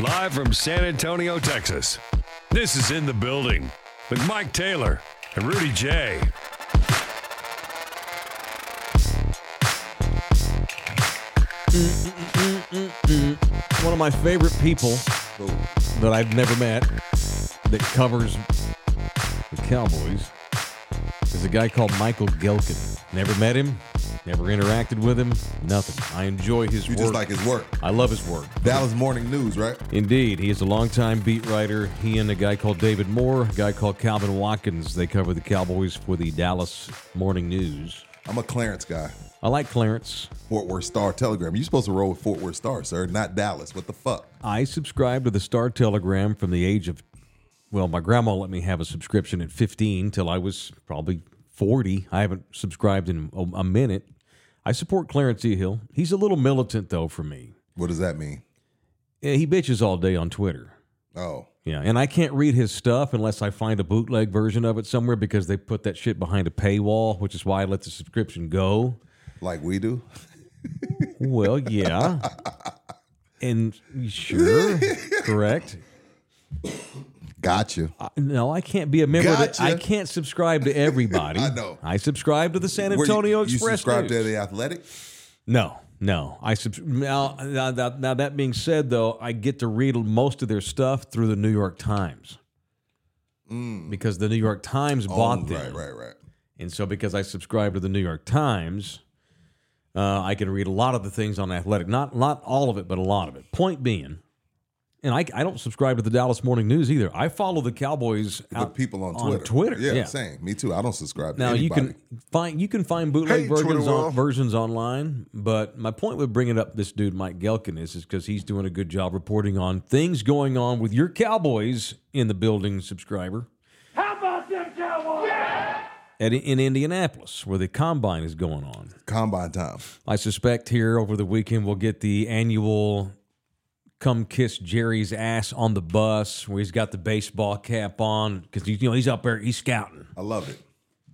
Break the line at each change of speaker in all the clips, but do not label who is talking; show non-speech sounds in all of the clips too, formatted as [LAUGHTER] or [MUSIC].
Live from San Antonio, Texas. This is In the Building with Mike Taylor and Rudy J.
One of my favorite people that I've never met that covers the Cowboys is a guy called Michael Gelkin. Never met him, never interacted with him, nothing. I enjoy his
You
work.
just like his work.
I love his work.
Dallas Morning News, right?
Indeed, he is a longtime beat writer. He and a guy called David Moore, a guy called Calvin Watkins, they cover the Cowboys for the Dallas Morning News.
I'm a Clarence guy.
I like Clarence.
Fort Worth Star Telegram. You supposed to roll with Fort Worth Star, sir, not Dallas. What the fuck?
I subscribed to the Star Telegram from the age of, well, my grandma let me have a subscription at 15 till I was probably 40. I haven't subscribed in a, a minute. I support Clarence E. Hill. He's a little militant, though, for me.
What does that mean?
Yeah, He bitches all day on Twitter.
Oh,
Yeah, and I can't read his stuff unless I find a bootleg version of it somewhere because they put that shit behind a paywall, which is why I let the subscription go.
like we do?
Well, yeah. and sure, correct.
Gotcha.
I- No, I can't be a member. Of the,
Gotcha.
I can't subscribe to everybody.
[LAUGHS] I know.
I subscribe to the San
Where you-
Antonio
you,
Express.
subscribe to
News.
the Athletic?
No, no. I subs- now, now, that- now that being said, though, I get to read most of their stuff through the New York Times because the New York Times bought them,
Mm. Oh, right, right, right.
and so because I subscribe to the New York Times, uh, I can read a lot of the things on Athletic. Not not all of it, but a lot of it. Point being. And I, I don't subscribe to the Dallas Morning News either. I follow the Cowboys
The people on Twitter.
Uh, Twitter,
Yeah,
yeah.
same. Me too. I don't subscribe
Now
to anybody.
you can find you can find bootleg
Hey,
versions,
Twitter
on,
world.
versions online, but my point with bringing up this dude Mike Gelkin is is because he's doing a good job reporting on things going on with your Cowboys in the building subscriber
How about them Cowboys?
at in Indianapolis where the combine is going on.
Combine time.
I suspect here over the weekend we'll get the annual come kiss Jerry's ass on the bus where he's got the baseball cap on because you know he's out there he's scouting.
I love it.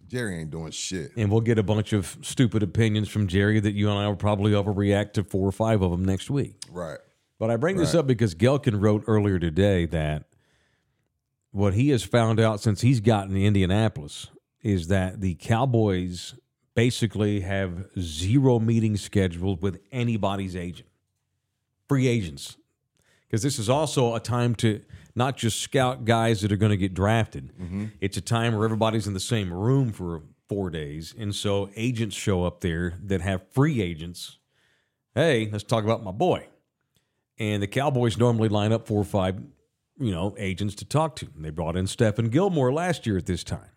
Jerry ain't doing shit.
and we'll get a bunch of stupid opinions from Jerry that you and I will probably overreact to four or five of them next week.
Right.
But I bring this up because Gelkin wrote earlier today that what he has found out since he's gotten to Indianapolis is that the Cowboys basically have zero meetings scheduled with anybody's agent, free agents. Because this is also a time to not just scout guys that are going to get drafted. It's a time where everybody's in the same room for four days. And so agents show up there that have free agents. Hey, let's talk about my boy and the Cowboys normally line up four or five, you know, agents to talk to. They brought in Stephen Gilmore last year at this time.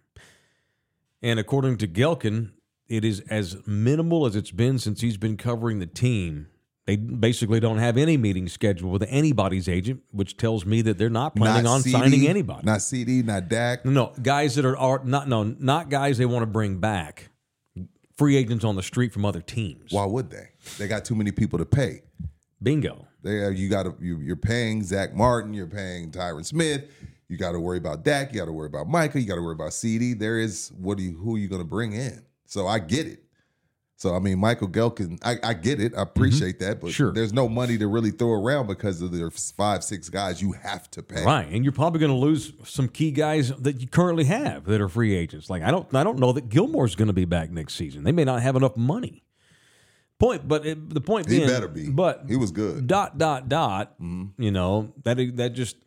And according to Gelkin, it is as minimal as it's been since he's been covering the team. They basically don't have any meeting scheduled with anybody's agent, which tells me that they're not planning on
CD,
signing anybody. Mm.
Not CD, not Dak.
No, no, guys that are, are not no, not guys they want to bring back. Free agents on the street from other teams.
Why would they? They got too many people to pay.
Bingo.
They you got to you, you're paying Zach Martin, you're paying Tyron Smith, you got to worry about Dak, you got to worry about Micah, you got to worry about CD. There is what do you who are you going to bring in? So I get it. So I mean, Michael Gelkin, I, I get it, I appreciate that, but
Mm-hmm. Sure.
there's no money to really throw around because of the five six guys you have to pay.
Right, and you're probably going to lose some key guys that you currently have that are free agents. Like I don't, I don't know that Gilmore's going to be back next season. They may not have enough money. Point, but it, the point
He
being,
better be.
But
he was good. Mm-hmm.
dot dot dot. You know that that just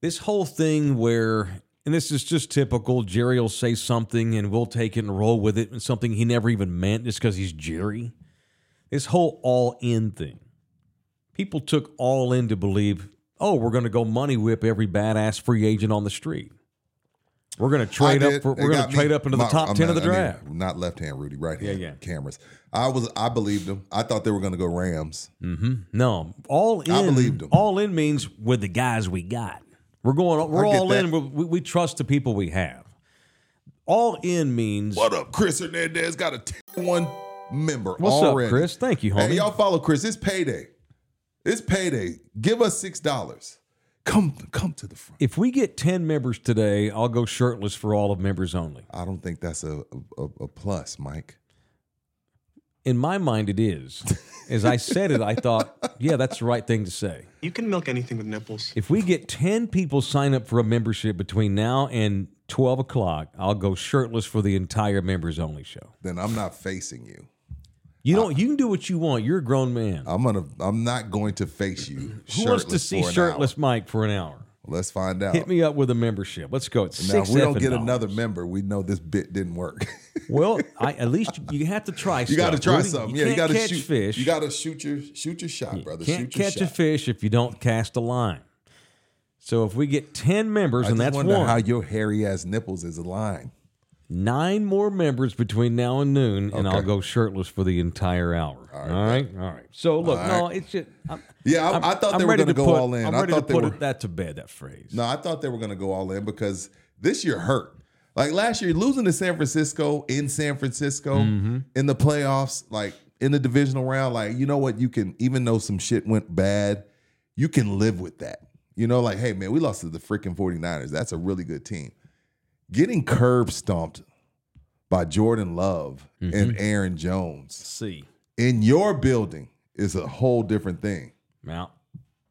this whole thing where, and this is just typical. Jerry will say something, and we'll take it and roll with it, and something he never even meant just because he's Jerry. This whole all in thing people took all in to believe, oh, we're going to go money whip every badass free agent on the street. We're going to trade
I
up.
did.
For,
It
we're going to
got me.
trade up into the
My-
top
I'm
ten of
not-
the
I mean,
draft.
not left hand, Rudy. Right hand.
yeah.
Cameras. I was. I believed him. I thought they were going to go Rams.
no, all in.
I believed 'em.
All in means with the guys we got. We're going. We're
I get
all in.
that.
We, we trust the people we have. All in means.
What up, Chris Hernandez? Got a tier one member
What's
already.
up, Chris? Thank you, homie.
Hey, y'all follow Chris. It's payday. It's payday. Give us six dollars. Come, come to the front.
if we get ten members today, I'll go shirtless for all of members only.
I don't think that's a a, a plus, Mike.
In my mind, it is. As I said it, I
[LAUGHS]
thought, yeah, that's the right thing to say.
You can milk anything with nipples.
If we get 10 people sign up for a membership between now and 12 o'clock, I'll go shirtless for the entire members only show.
Then I'm not facing you.
You don't, you can do what you want. You're a grown man.
I'm gonna. I'm not going to face you.
[CLEARS THROAT] Who wants to
shirtless
see
for an
shirtless Mike for an hour?
hour. Let's find out.
Hit me up with a membership. Let's go. It's
now,
six.
if we don't
effing
get
dollars.
another member, we know this bit didn't work. [LAUGHS]
Well, I, at least you have to try.
you got to try something. yeah, you got to
catch
shoot
fish.
You got to shoot your shoot your shot, brother.
Can't
shoot your
catch a
shot.
fish if you don't cast a line. So if we get ten members,
I
and
just
that's
wonder
one,
how your hairy ass nipples is aligned.
nine more members between now and noon, and I'll
Okay.
go shirtless for the entire hour. All right, all right. So look, no, it's just I'm,
Yeah, I,
I'm-
I thought
I'm
they were
ready
going to go
put-
all in.
I'm
I
ready
thought
to
they
put
were.
it- that to bed. That phrase.
No, I thought they were going to go all in because this year hurt. Like last year, losing to San Francisco in San Francisco
Mm-hmm.
in the playoffs, like in the divisional round, like you know what? You can even though some shit went bad, you can live with that. You know, like hey man, we lost to the freaking 49ers. That's a really good team. Getting curb stomped by Jordan Love
Mm-hmm.
and Aaron Jones
C.
in your building is a whole different thing.
Now,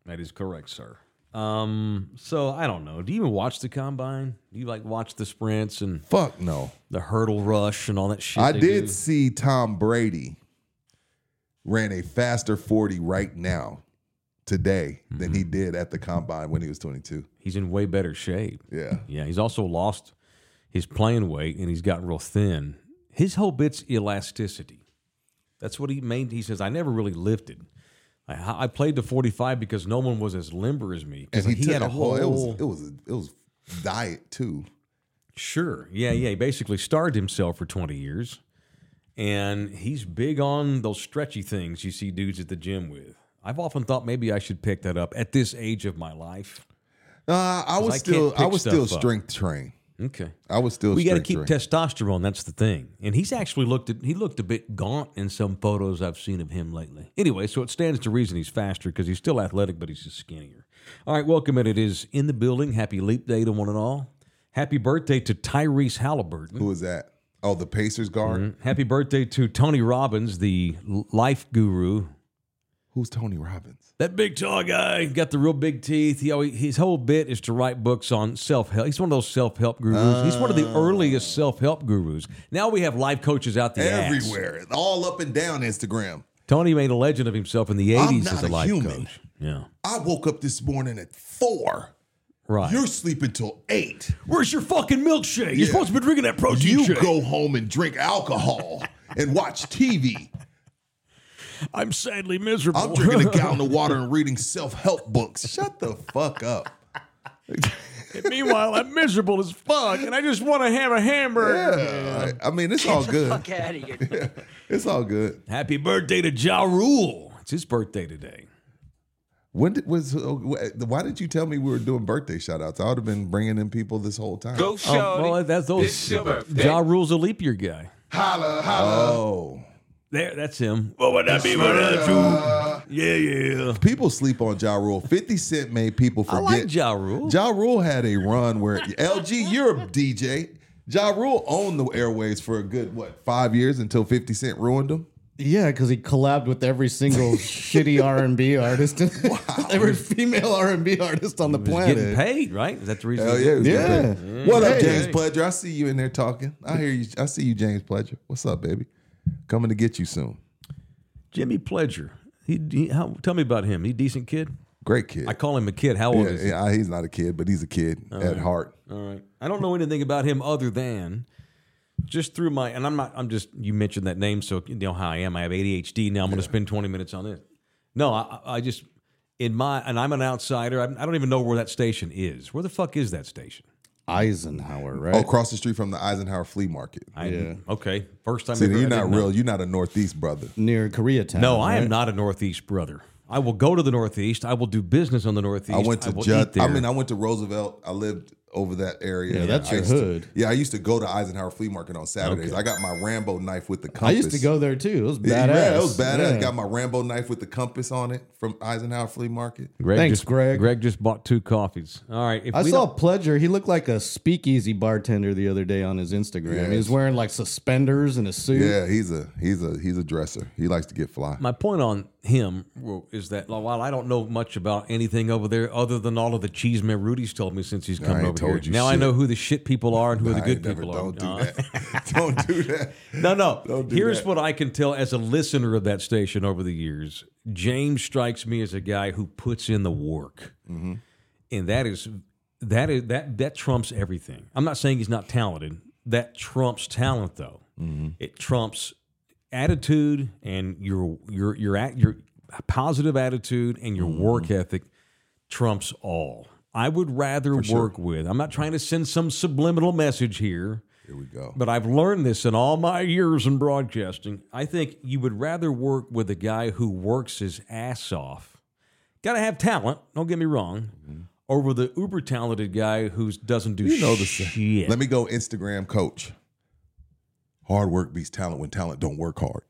that is correct, sir. Um, so I don't know. Do you even watch the combine? Do you like watch the sprints and
Fuck no.
the hurdle rush and all that shit?
I
they
did
do?
see Tom Brady ran a faster 40 right now today than
Mm-hmm.
he did at the combine when he was 22.
He's in way better shape.
Yeah.
Yeah, he's also lost his playing weight and he's gotten real thin. His whole bit's elasticity. That's what he made. He says, I never really lifted. I, I played the 45 because no one was as limber as me. 'Cause
And he,
he
took
had a whole.
it was it was it was diet too.
Sure. Yeah, yeah. He basically starved himself for 20 years. And he's big on those stretchy things you see dudes at the gym with. I've often thought maybe I should pick that up at this age of my life.
Uh, I was
I can't
still I
pick
was still
stuff up.
strength train.
Okay.
I was still
We got to
strength
keep
train.
testosterone. That's the thing. And he's actually looked at, he looked a bit gaunt in some photos I've seen of him lately. Anyway, so it stands to reason he's faster because he's still athletic, but he's just skinnier. All right, welcome in. It is in the building. Happy leap day to one and all. Happy birthday to Tyrese Halliburton.
Who was that? Oh, the Pacers guard.
Happy birthday to Tony Robbins, the l- life guru.
Who's Tony Robbins?
That big tall guy got the real big teeth. He always, his whole bit is to write books on self help. He's one of those self help gurus. He's one of
Ah.
the earliest self help gurus. Now we have life coaches out the ass.
Everywhere, all up and down Instagram.
Tony made a legend of himself in the
I'm
eighties
not
as a
a
life
human.
coach. Yeah,
I woke up this morning at four.
right.
You're sleeping till eight.
Where's your fucking milkshake? You're
Yeah.
supposed to be drinking that protein
you
shake.
go home and drink alcohol and watch TV.
I'm sadly miserable.
[LAUGHS] I'm drinking
[LAUGHS]
a gallon of water and reading self help books. Shut the fuck up.
Meanwhile, I'm miserable as fuck, and I just want to have a hamburger.
Yeah, I, I mean, it's all good.
Get out of here.
[LAUGHS] It's all good.
Happy birthday to Ja Rule. It's his birthday today.
When did, was uh, why did you tell me we were doing birthday shout outs? I would have been bringing in people this whole time.
Oh, well, that's those. Ja Rule's a leap year guy.
Oh,
There, that's him. What would that be? Yeah, yeah.
people sleep on Ja Rule. Fifty Cent made people
I
forget.
like Ja Rule.
Ja Rule had a run where LG, you're a DJ. Ja Rule owned the airways for a good what five years until Fifty Cent ruined him.
Yeah, because he collabed with
[LAUGHS]
every single shitty R and B artist, [LAUGHS] every female R and B artist on the
He's getting
planet.
paid, right? Is that the reason?
Hell
he
yeah.
did
it was
Yeah.
good picture.
Mm-hmm.
What up,
Hey.
James Pledger? I see you in there talking. I hear you. I see you, James Pledger. What's up, baby? Coming to get you soon.
it? Jimmy Pledger. He, he- how, tell me about him. He a decent kid.
Great kid.
I call him a kid. How old
yeah,
is he?
yeah, I- he's not a kid, but he's a kid
Uh-huh.
at heart.
All right. I don't know anything about him other than just through my and I'm not I'm just you mentioned that name so you know how I am. I have ADHD now. I'm going to spend 20 minutes on it. No, I I- I just in my and I'm an outsider. I'm, I don't even know where that station is. Where the fuck is that station?
Eisenhower, right?
Oh, across the street from the Eisenhower Flea Market.
I, yeah. Okay. First time.
See,
ever- I
you're
didn't
not
know.
real. You're not a Northeast brother.
Near Koreatown.
No, I am not a Northeast brother. I will go to the Northeast. I will do business on the Northeast.
I went to
will eat
Judd. I
there.
mean, I went to Roosevelt. I lived over that area.
Yeah, that's
I
your
used to-
hood.
yeah, I used to go to Eisenhower Flea Market on Saturdays.
Okay.
I got my Rambo knife with the compass.
I used to go there too. It was badass.
Yeah, Yeah, it was badass.
Yeah.
Got my Rambo knife with the compass on it from Eisenhower Flea Market.
Greg
Thanks,
just,
Greg.
Greg just bought two coffees. All right. If
I
we
saw
don't-
Pledger. He looked like a speakeasy bartender the other day on his Instagram.
Yes.
He was wearing like suspenders and a suit.
Yeah, he's a he's a he's a dresser. He likes to get fly.
my point on him well, is that while I don't know much about anything over there other than all of the cheese man Rudy's told me since he's come
ain't
over
told
here.
you
now I
shit.
know who the shit people are and who the
I
good
ain't never-
people are.
don't do
Uh,
that. [LAUGHS] don't do
[LAUGHS]
that.
No, no.
[LAUGHS] Don't do
Here's
that.
what I can tell as a listener of that station over the years. James strikes me as a guy who puts in the work,
Mm-hmm.
and that is that is that that trumps everything. I'm not saying he's not talented. That trumps talent, though. It trumps attitude and your your your act your positive attitude and your work
Mm.
ethic trumps all. I would rather work with. I'm not trying to send some subliminal message here.
Here we go.
But I've learned this in all my years in broadcasting. I think you would rather work with a guy who works his ass off. Got to have talent, don't get me wrong, over the uber talented guy who doesn't do
Mm-hmm. You know the
shit.
Let me go Instagram coach. Hard work beats talent when talent don't work hard.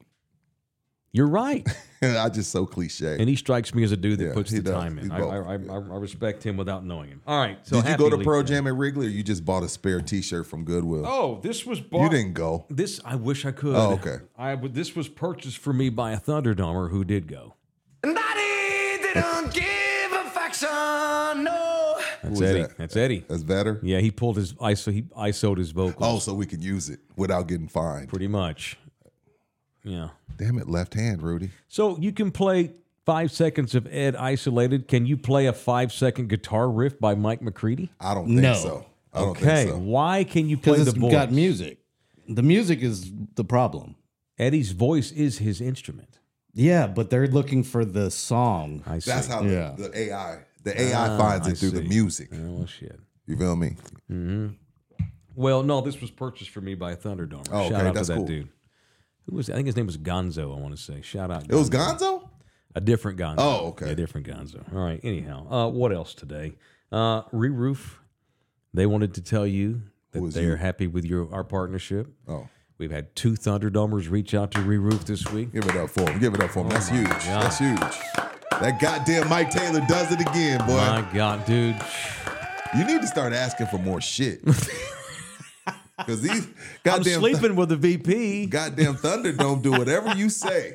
[LAUGHS]
You're right.
I just so cliche.
And he strikes me as a dude that
Yeah,
puts
he
the
does.
time
He
in. I,
both.
I, I, I respect him without knowing him. All right. So
Did you go to
happy
Pro
Leap Day.
Jam at Wrigley or you just bought a spare t-shirt from Goodwill?
Oh, this was bought.
you didn't go.
This I wish I could.
Oh, okay.
I would. This was purchased for me by a Thunderdomer who did go. That's
was
Eddie.
that?
That's Eddie.
That's better.
Yeah, he pulled his iso. He isoed his vocals
Oh, so we could use it without getting fined.
pretty much. Yeah.
Damn it, left hand, Rudy.
So you can play five seconds of Ed isolated. Can you play a five second guitar riff by Mike McCready?
I don't think
No.
so. I don't
Okay.
think so.
Why can you play
because
the
it's
voice?
got music. The music is the problem.
Eddie's voice is his instrument.
Yeah, but they're looking for the song.
I see. Ah,
That's how
Yeah.
the, the AI the AI finds it
I
through the
see.
music.
Oh shit.
You feel me?
Well, no, this was purchased for me by Thunderdomer.
Oh,
Shout
okay,
out
that's
to that
cool.
dude. Who was? I think his name was Gonzo. I want to say. Shout out.
It was Gonzo?
A different Gonzo.
Oh, okay.
A different Gonzo. All right. Anyhow, uh, what else today? Uh, Reroof. They wanted to tell you that
is
they are happy with your our partnership.
Oh.
We've had two Thunderdomers reach out to Reroof this week.
Give it up for him. Give it up for him.
Oh
That's huge. That's huge. That goddamn Mike Taylor does it again, boy.
My God, dude.
You need to start asking for
[LAUGHS]
more shit. Because these
I'm
goddamn,
sleeping with a VP.
goddamn Thunderdome do whatever you say.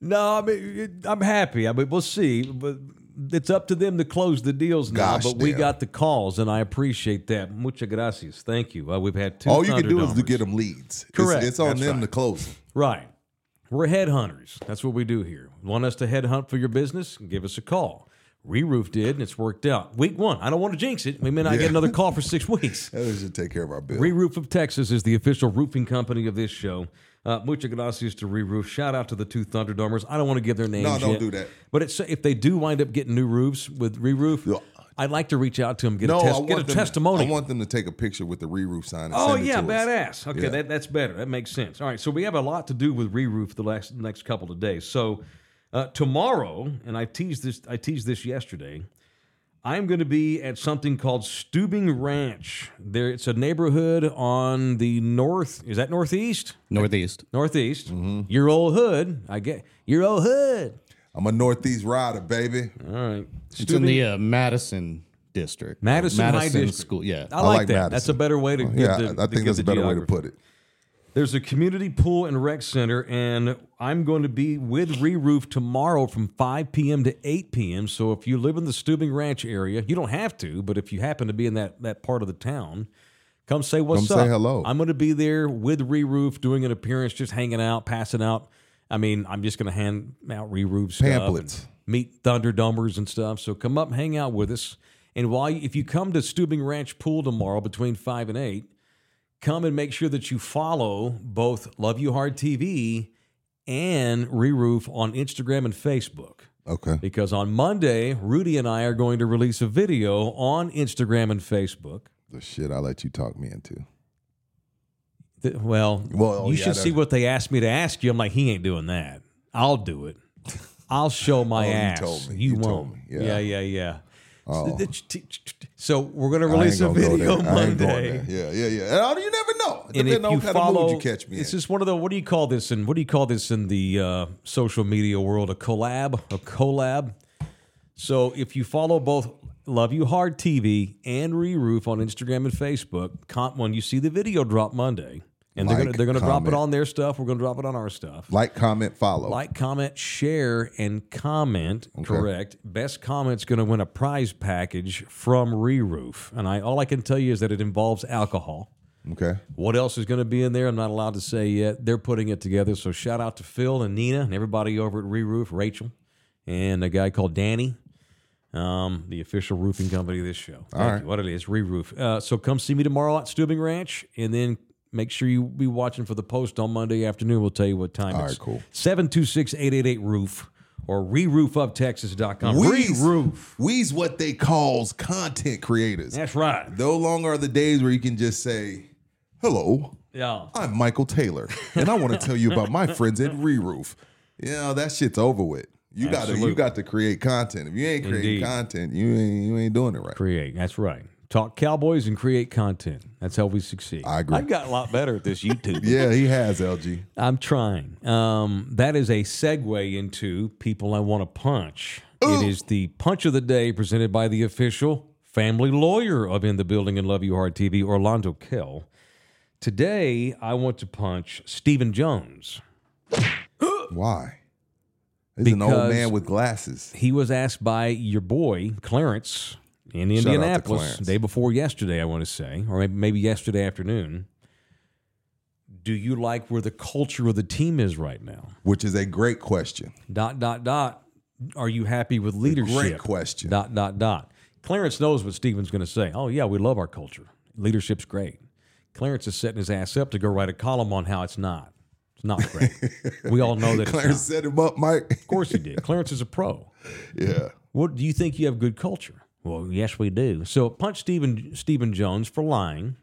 No, I mean, it- I'm happy. I mean, we'll see. But it's up to them to close the deals now.
Gosh
but we
damn.
got the calls, and I appreciate that. Muchas gracias. Thank you. Uh, we've had two.
All you can do is to
Thunderdomers.
get them leads. It's-
Correct.
It's, on
That's
them
right.
to close them.
Right. We're headhunters. That's what we do here. Want us to headhunt for your business? Give us a call. Reroof did, and it's worked out. Week one. I don't want to jinx it. We may not get another call for six [LAUGHS] weeks.
That should take care of our bill.
Reroof of Texas is the official roofing company of this show. Uh, muchas gracias to Reroof. Shout out to the two Thunderdomers. I don't want to give their names.
No, don't
yet.
do that.
But it's, if they do wind up getting new roofs with Reroof,
Yeah.
I'd like to reach out to them, get
no,
a,
I
test,
want
get a
them,
testimony.
I want them to take a picture with the re-roof sign. And
Oh
send it
yeah,
to us.
badass. Okay,
Yeah.
That, that's better. That makes sense. All right, so we have a lot to do with re-roof the last next couple of days. So uh, tomorrow, and I teased this. I teased this yesterday. I'm going to be at something called Stubing Ranch. There, it's a neighborhood on the north. Is that northeast?
Northeast.
Northeast.
Mm-hmm.
Your old hood. I get your old hood.
I'm a Northeast rider, baby.
All right.
It's in the uh, Madison district.
Madison High District.
School. Yeah.
I like
like
that.
Madison. Oh,
That's a better way to. get
yeah,
the-
I- I
to get
think that's
the
a better way to
geography.
put it.
There's a community pool and rec center, and I'm going to be with Reroof tomorrow from 5 p.m. to 8 p.m. So if you live in the Stubing Ranch area, you don't have to, but if you happen to be in that, that part of the town, come say what's
Come
up.
say hello.
I'm going to be there with Reroof doing an appearance, just hanging out, passing out. I mean, I'm just going to hand out Reroof stuff. and
Pamphlets.
Meet Thunderdumbers and stuff. So come up, hang out with us. And while you, if you come to Stubing Ranch Pool tomorrow between 5 and 8, come and make sure that you follow both Love You Hard TV and Reroof on Instagram and Facebook.
Okay.
Because on Monday, Rudy and I are going to release a video on Instagram and Facebook.
The shit I let you talk me into.
Th- Well,
Well,
you
yeah,
should
that-
see what they asked me to ask you. I'm like, he ain't doing that.
[LAUGHS]
I'll do it. I'll show my
Oh, you
ass.
told me.
You,
You
won't.
told me.
Yeah,
Yeah.
yeah, yeah.
Oh.
So we're gonna
I ain't
release a
gonna go
video
there. I ain't going
Monday.
there. Yeah, yeah, yeah. And oh, you never know.
And
Depending
if
on
you
what kind
follow,
of mood you catch me in.
it's just one of the what do you call this? And what do you call this in the uh, social media world? A collab, a collab. So if you follow both Love You Hard TV and Reroof on Instagram and Facebook, comp when you see the video drop Monday, and they're
Like,
gonna they're gonna drop it
comment.
on their stuff. We're gonna drop it on our stuff.
like, comment, follow.
Like, comment, share, and comment. Correct. Best comment's going to win a prize package from Reroof, and I all I can tell you is that it involves alcohol.
okay.
What else is going to be in there? I'm not allowed to say yet. They're putting it together. So shout out to Phil and Nina and everybody over at Reroof, Rachel, and a guy called Danny, um, the official roofing company of this show. Thank
right.
you. What it is, Reroof. Uh, so come see me tomorrow at Stubing Ranch, and then make sure you be watching for the post on Monday afternoon. We'll tell you what time.
All
it's
right, cool.
726-888-ROOF or reroofuptexas.com.
We's-
Reroof.
We's what they calls content creators.
That's right.
No longer are the days where you can just say, hello,
Yeah.
I'm Michael Taylor, and I want to tell you about my friends at Reroof. You know, that shit's over with. You got to
Absolutely.
you got to create content. If you ain't creating
Indeed.
content, you ain't you ain't doing it right.
Create. That's right. Talk Cowboys and create content. That's how we succeed.
I agree.
I've gotten a lot better at this YouTube.
Yeah, he has LG.
[LAUGHS] I'm trying. Um, that is a segue into people I want to punch. It is the punch of the day presented by the official family lawyer of In the Building and Love You Hard TV, Orlando Kell. Today, I want to punch Stephen Jones.
Why? He's an old
Because-
man with glasses.
He was asked by your boy Clarence in
out to
Indianapolis
Clarence.
day before yesterday, I want to say, or maybe, maybe yesterday afternoon. Do you like where the culture of the team is right now?
Which is a great question.
Dot dot dot. Are you happy with leadership?
Great question.
Dot dot dot. Clarence knows what Steven's going to say. Oh yeah, we love our culture. Leadership's great. Clarence is setting his ass up to go write a column on how it's not. It's not
[LAUGHS]
great. we all know that. it's
Clarence
not.
set him up,
[LAUGHS]
Mike.
Of course he did. Clarence is a pro.
yeah.
What do you think you have good culture? Well, yes, we do. So punch Stephen Stephen Jones for lying.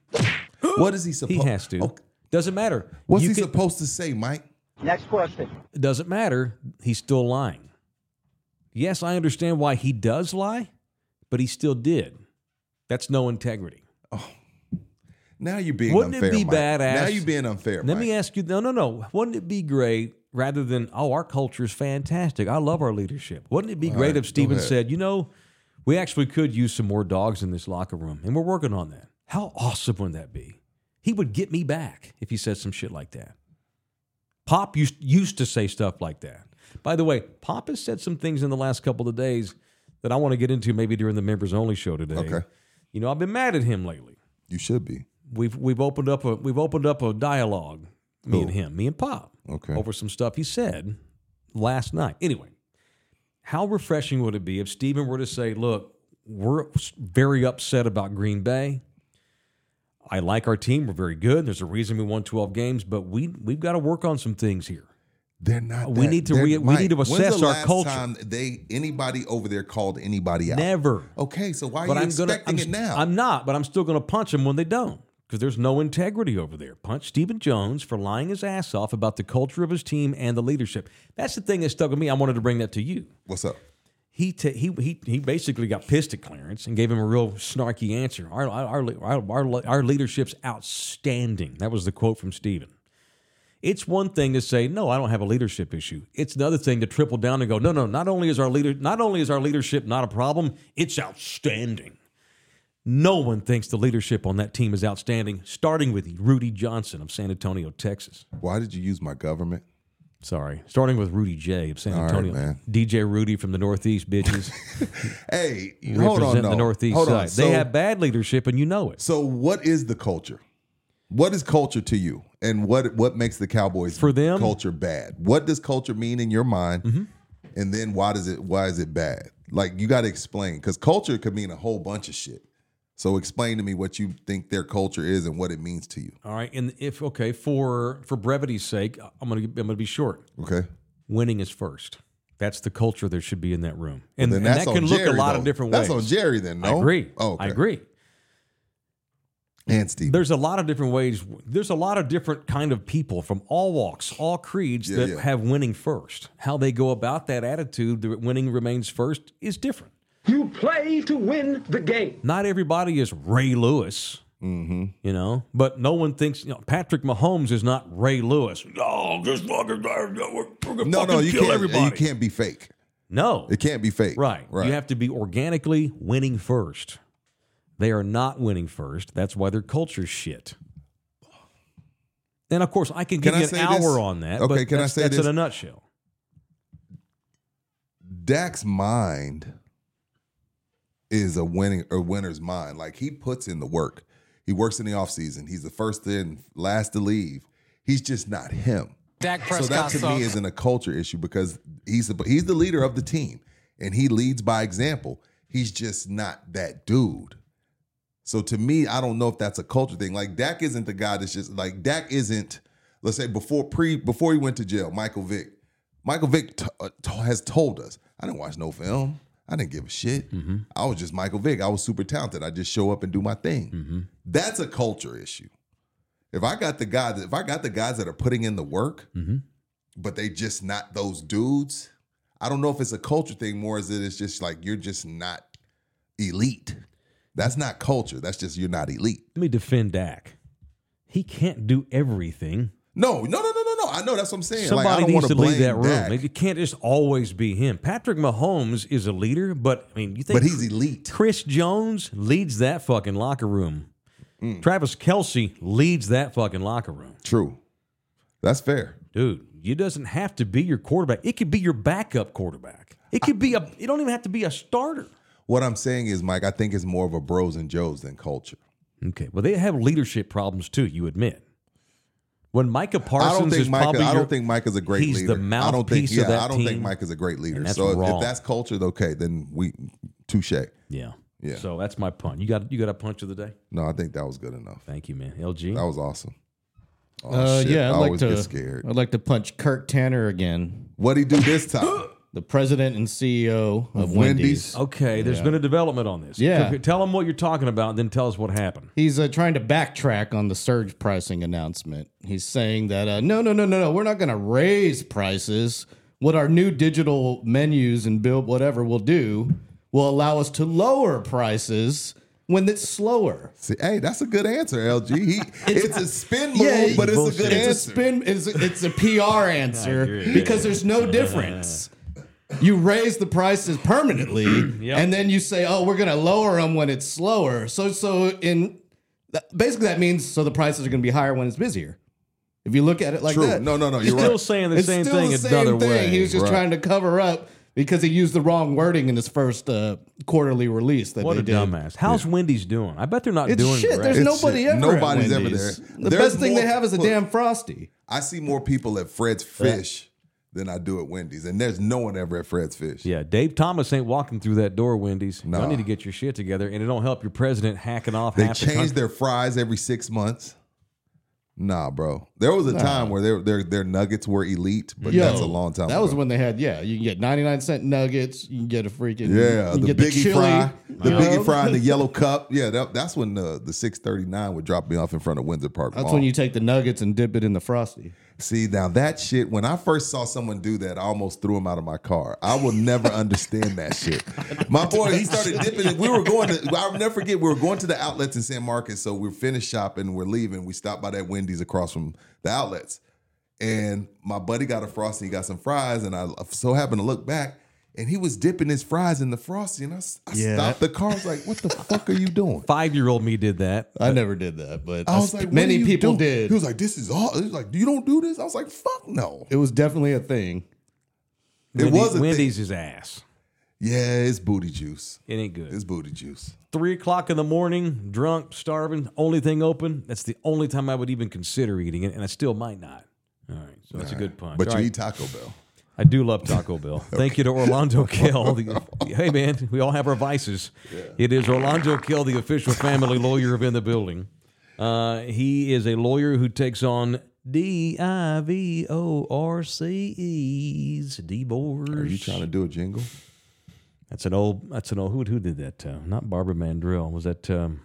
What is he supposed?
He has to. Doesn't matter.
What's
You
he
can-
supposed to say, Mike?
Next question.
It doesn't matter. He's still lying. Yes, I understand why he does lie, but he still did. That's no integrity.
Now you're being
Wouldn't it
unfair.
be
Mike.
badass-
Now you're being unfair.
Let
Mike.
me ask you no, no, no. Wouldn't it be great rather than, oh, our culture is fantastic? I love our leadership. Wouldn't it be great
right,
if
go
Steven
ahead.
said, you know, we actually could use some more dogs in this locker room, and we're working on that? How awesome would that be? He would get me back if he said some shit like that. Pop used, used to say stuff like that. By the way, Pop has said some things in the last couple of days that I want to get into maybe during the members only show today.
Okay.
You know, I've been mad at him lately
You should be.
we've we've opened up a we've opened up a dialogue me and him me and pop
Okay.
over some stuff he said last night anyway how refreshing would it be if steven were to say look we're very upset about green bay i like our team we're very good there's a reason we won 12 games but we we've got to work on some things here
They're not.
We
that-
need to
they're-
re- we
Mike,
need to
when's
assess
the
our
last
culture.
Time they anybody over there called anybody out?
never
Okay, so why are
but
you
I'm gonna
expecting
I'm,
it now?
I'm not but i'm still gonna punch them when they don't because there's no integrity over there punch stephen jones for lying his ass off about the culture of his team and the leadership that's the thing that stuck with me i wanted to bring that to you
What's up?
he ta he he he basically got pissed at Clarence and gave him a real snarky answer. Our our our our, our leadership's outstanding. That was the quote from Steven. It's one thing to say no, I don't have a leadership issue. It's another thing to triple down and go no, no. Not only is our leader not only is our leadership not a problem, it's outstanding. No one thinks the leadership on that team is outstanding. Starting with Rudy Johnson of San Antonio, Texas.
Why did you use my government?
Sorry, starting with Rudy J of San
right,
Antonio,
man.
DJ Rudy from the Northeast, bitches.
Hey, hold on.
represent
No.
the Northeast
hold
side.
On.
they
So-
have bad leadership, and you know it.
So, what is the culture? What is culture to you, and what what makes the Cowboys
For them? Mm-hmm.
culture bad? What does culture mean in your mind? And then why does it why is it bad? Like you got to explain because culture could mean a whole bunch of shit. So explain to me what you think their culture is and what it means to you.
All right, and if okay for for brevity's sake, I'm gonna I'm gonna be short.
Okay,
Winning is first. That's the culture there should be in that room, and,
then
and
that's
that
on
can look
Jerry,
a lot
though.
of different
That's
ways.
on Jerry then. No,
I agree.
Oh, okay.
I agree.
And Steve,
There's a lot of different ways. There's a lot of different kind of people from all walks, all creeds
Yeah,
that
yeah.
have winning first. How they go about that attitude, that winning remains first, is different.
You play to win the game.
Not everybody is Ray Lewis.
Mm-hmm.
You know, but no one thinks you know Patrick Mahomes is not Ray Lewis. Oh, just fucking, we're, gonna
No,
fucking
no, you
kill
can't.
everybody.
You can't be fake.
No,
It can't be fake.
Right.
Right.
You have to be organically winning first. They are not winning first. That's why their culture's shit. And of course, I can give
Can I
you an
say
hour
this?
on that.
Okay,
but
can I
that's-
say
that's
this?
in a nutshell?
Dak's mind is a winning a winner's mind. Like he puts in the work. He works in the offseason. He's the first in, last to leave. He's just not him.
Dak
So that
Prescott
to me
sucks.
isn't a culture issue because he's the he's the leader of the team and he leads by example. He's just not that dude. So to me, I don't know if that's a culture thing. Like Dak isn't the guy that's just like Dak isn't. Let's say before pre before he went to jail, Michael Vick. Michael Vick t- uh, t- has told us, I didn't watch no film. I didn't give a shit.
Mm-hmm.
I was just Michael Vick. I was super talented. I just show up and do my thing.
Mm-hmm.
That's a culture issue. If I got the guys, that- if I got the guys that are putting in the work,
Mm-hmm.
but they just not those dudes. I don't know if it's a culture thing more as it is just like you're just not elite. That's not culture. That's just you're not elite.
Let me defend Dak. He can't do everything.
No, no, no, no, no, no. I know that's what I'm saying. like, I
Somebody
don't
needs
want
to leave
blame
that room.
Dak,
It can't just always be him. Patrick Mahomes is a leader, but I mean, you think
but he's elite.
Chris Jones leads that fucking locker room.
Mm.
Travis Kelsey leads that fucking locker room.
True. That's fair.
dude, you doesn't have to be your quarterback. It could be your backup quarterback. It could be a. It don't even have to be a starter.
What I'm saying is, Mike, I think it's more of a bros and joes than culture.
Okay, well, they have leadership problems too. You admit when Micah Parsons
I don't
is
think Mike.
probably
I
your-
don't think Mike is a great
he's
leader.
the
I don't think.
mouthpiece
Yeah,
of that
I don't think
team.
Mike is a great leader.
and that's
so if-
wrong.
if that's culture, okay, then we touche.
Yeah,
Yeah.
So that's my pun. You got you got a punch of the day.
No, I think that was good enough.
Thank you, man. LG.
That was awesome. Oh,
Uh,
shit.
yeah,
I
I'd like
always
to.
get scared.
I'd like to punch Kurt Tanner again,
What'd he do this time?
the president and CEO [COUGHS]
Wendy's.
of
Oh.
Wendy's.
okay, There's been a development on this.
Yeah.
Okay, tell them what you're talking about, then tell us what happened.
He's uh, trying to backtrack on the surge pricing announcement. He's saying that uh, no, no, no, no, no, we're not going to raise prices. What our new digital menus and build whatever will do will allow us to lower prices when it's slower.
See, hey, that's a good answer, LG.
[LAUGHS]
He, it's, a spin move, but it's a good
it's
answer.
A spin, it's, a, it's a PR answer because there's
Uh,
no difference. You raise the prices
[CLEARS THROAT]
permanently, and then you say, "Oh, we're going to lower them when it's slower." So, so in that- basically that means so the prices are going to be higher when it's busier. If you look at it like
True.
that,
No, no, no. You're
Still
right.
saying the
it's
same
still
thing
the
another
same thing.
way.
He was just
Right.
trying to cover up because he used the wrong wording in his first uh, quarterly release that
what
they
a
did.
dumbass. How's Wendy's doing? I bet they're not
It's
doing
shit.
great.
There's
It's
nobody
shit.
ever. at
Nobody's ever
Wendy's.
there.
The
There's
best thing they
more-
have is a
look.
damn frosty.
I see more people at Fred's Fish than I do at Wendy's, and there's no one ever at Fred's Fish.
Yeah, Dave Thomas ain't walking through that door, Wendy's. I need to get your shit together, and it don't help your president hacking off
They
half the
change
country.
their fries every six months. Nah, bro. There was a time where their their their nuggets were elite, but
Yo,
that's a long time.
That
ago.
was when they had yeah. You can get 99 cent nuggets. You can get a freaking
Yeah,
You can
the
get the
biggie
chili,
fry, the
you know?
biggie fry, and the
[LAUGHS]
yellow cup. Yeah, that, that's when the the six thirty nine would drop me off in front of Windsor Park.
That's
Mall.
when you take the nuggets and dip it in the frosty.
see now that shit. When I first saw someone do that, I almost threw him out of my car. I will never [LAUGHS] understand that shit. My boy, he started dipping. it. We were going to. I'll never forget. We were going to the outlets in San Marcos, so we're finished shopping. We're leaving. We stopped by that Wendy's across from the outlets. and my buddy got a frosty. He got some fries, and I so happened to look back, and he was dipping his fries in the frosty, and I, s- I
Yeah,
stopped the car. I was like, "What the fuck are you doing?"
Five year old me did that.
I never did that, but
I was like, "What
[LAUGHS] many
are you
people
doing?"
did.
He was like, "This is all." He was like, "You don't do this." I was like, "Fuck no."
it was definitely a thing.
It
Wendy-
was a
Wendy's
thing.
his ass.
Yeah, it's booty juice.
It ain't good.
It's booty juice.
Three o'clock in the morning, drunk, starving, only thing open. That's the only time I would even consider eating it, and I still might not. All right, so that's a good punch.
But
All
you
right.
eat Taco Bell.
I do love Taco
[LAUGHS]
Bell. Thank you to Orlando Kill. the- hey, man, we all have our vices. It is Orlando Kill, the official family lawyer of In the Building. Uh, he is a lawyer who takes on D I V O R C E's D
Are you
boards.
trying to do a jingle?
That's an old. That's an old. Who who did that? Uh, not Barbara Mandrell. Was that? Um,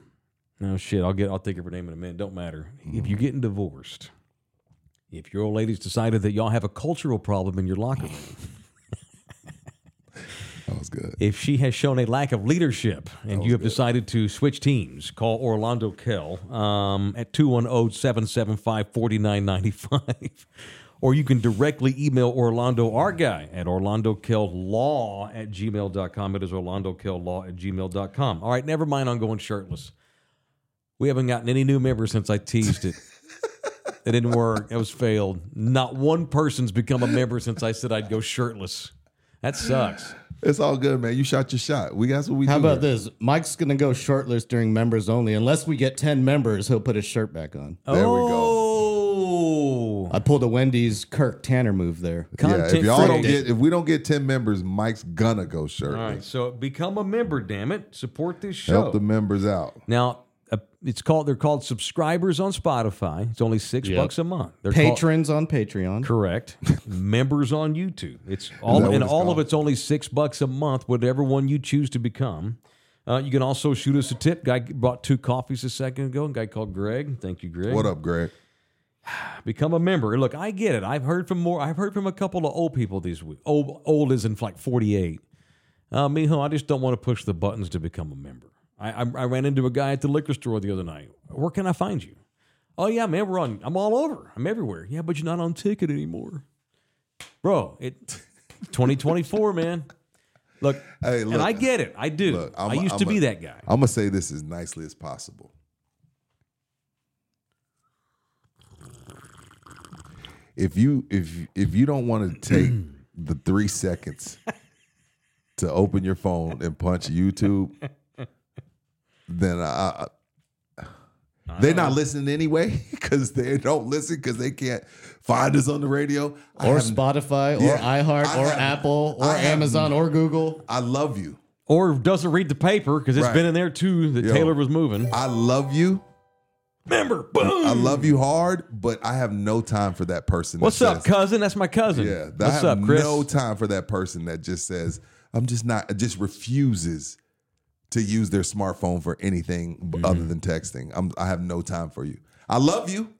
no shit. I'll get. I'll think of her name in a minute. Don't matter. If
Mm-hmm.
you're getting divorced, if your old lady's decided that y'all have a cultural problem in your locker room.
That was good.
If she has shown a lack of leadership and you have decided to switch teams, call Orlando Kell um, at 210 775 4995. [LAUGHS] Or you can directly email Orlando, our guy, at orlandokilllaw at gmail.com. It is orlandokilllaw at gmail.com. All right, never mind on going shirtless. We haven't gotten any new members since I teased it. It didn't work. It was failed. Not one person's become a member since I said I'd go shirtless. That sucks.
It's all good, man. You shot your shot. We that's what we
How
do.
about
here.
this? Mike's gonna go shirtless during members only. Unless we get ten members, he'll put his shirt back on.
There we go.
oh.
I pulled a Wendy's Kirk Tanner move there.
Yeah, if
Content
y'all don't
creator.
get if we don't get 10 members, Mike's gonna go shirtless.
All right, so become a member, damn it. Support this show.
Help the members out.
now, uh, it's called they're called subscribers on Spotify. It's only 6
Yep.
bucks a month. They're called-
Patrons on
[LAUGHS]
Patreon.
correct. members on YouTube. It's all
that what
and
it's
all
called?
of it's only 6 bucks a month whatever one you choose to become. Uh, you can also shoot us a tip. Guy brought two coffees a second ago. A guy called Greg. Thank you, Greg.
What up, Greg?
Become a member. Look, I get it. I've heard from more. I've heard from a couple of old people these week. Old, old isn't like forty eight. Uh, mijo, I just don't want to push the buttons to become a member. I, I I ran into a guy at the liquor store the other night. Where can I find you? Oh yeah, man, we're on. I'm all over. I'm everywhere. Yeah, but you're not on ticket anymore, bro. It [LAUGHS] 2024, man. Look,
Hey, look.
and I get it. I do.
look, I'm
I
a-
used to
I'm a-
be that guy.
I'm gonna say this as nicely as possible. If you if if you don't want
[CLEARS THROAT]
to take the three seconds to open your phone and punch YouTube, then I, I they're not listening anyway [LAUGHS] because they don't listen because they can't find us on the radio I
Or
have-
Spotify, or
Yeah,
iHeart,
I
or
have-
Apple, or
I have-
Amazon, or Google.
I love you.
Or doesn't read the paper because it's
Right.
been in there too. That
Yo.
Taylor was moving.
I love you.
Member, boom.
I love you hard, but I have no time for that person. that
What's up,
says-
cousin? That's my cousin.
Yeah, that- I
What's
have
up, Chris?
no time for that person that just says, "I'm just not," just refuses to use their smartphone for anything b- other than texting. I'm, I have no time for you. I love you,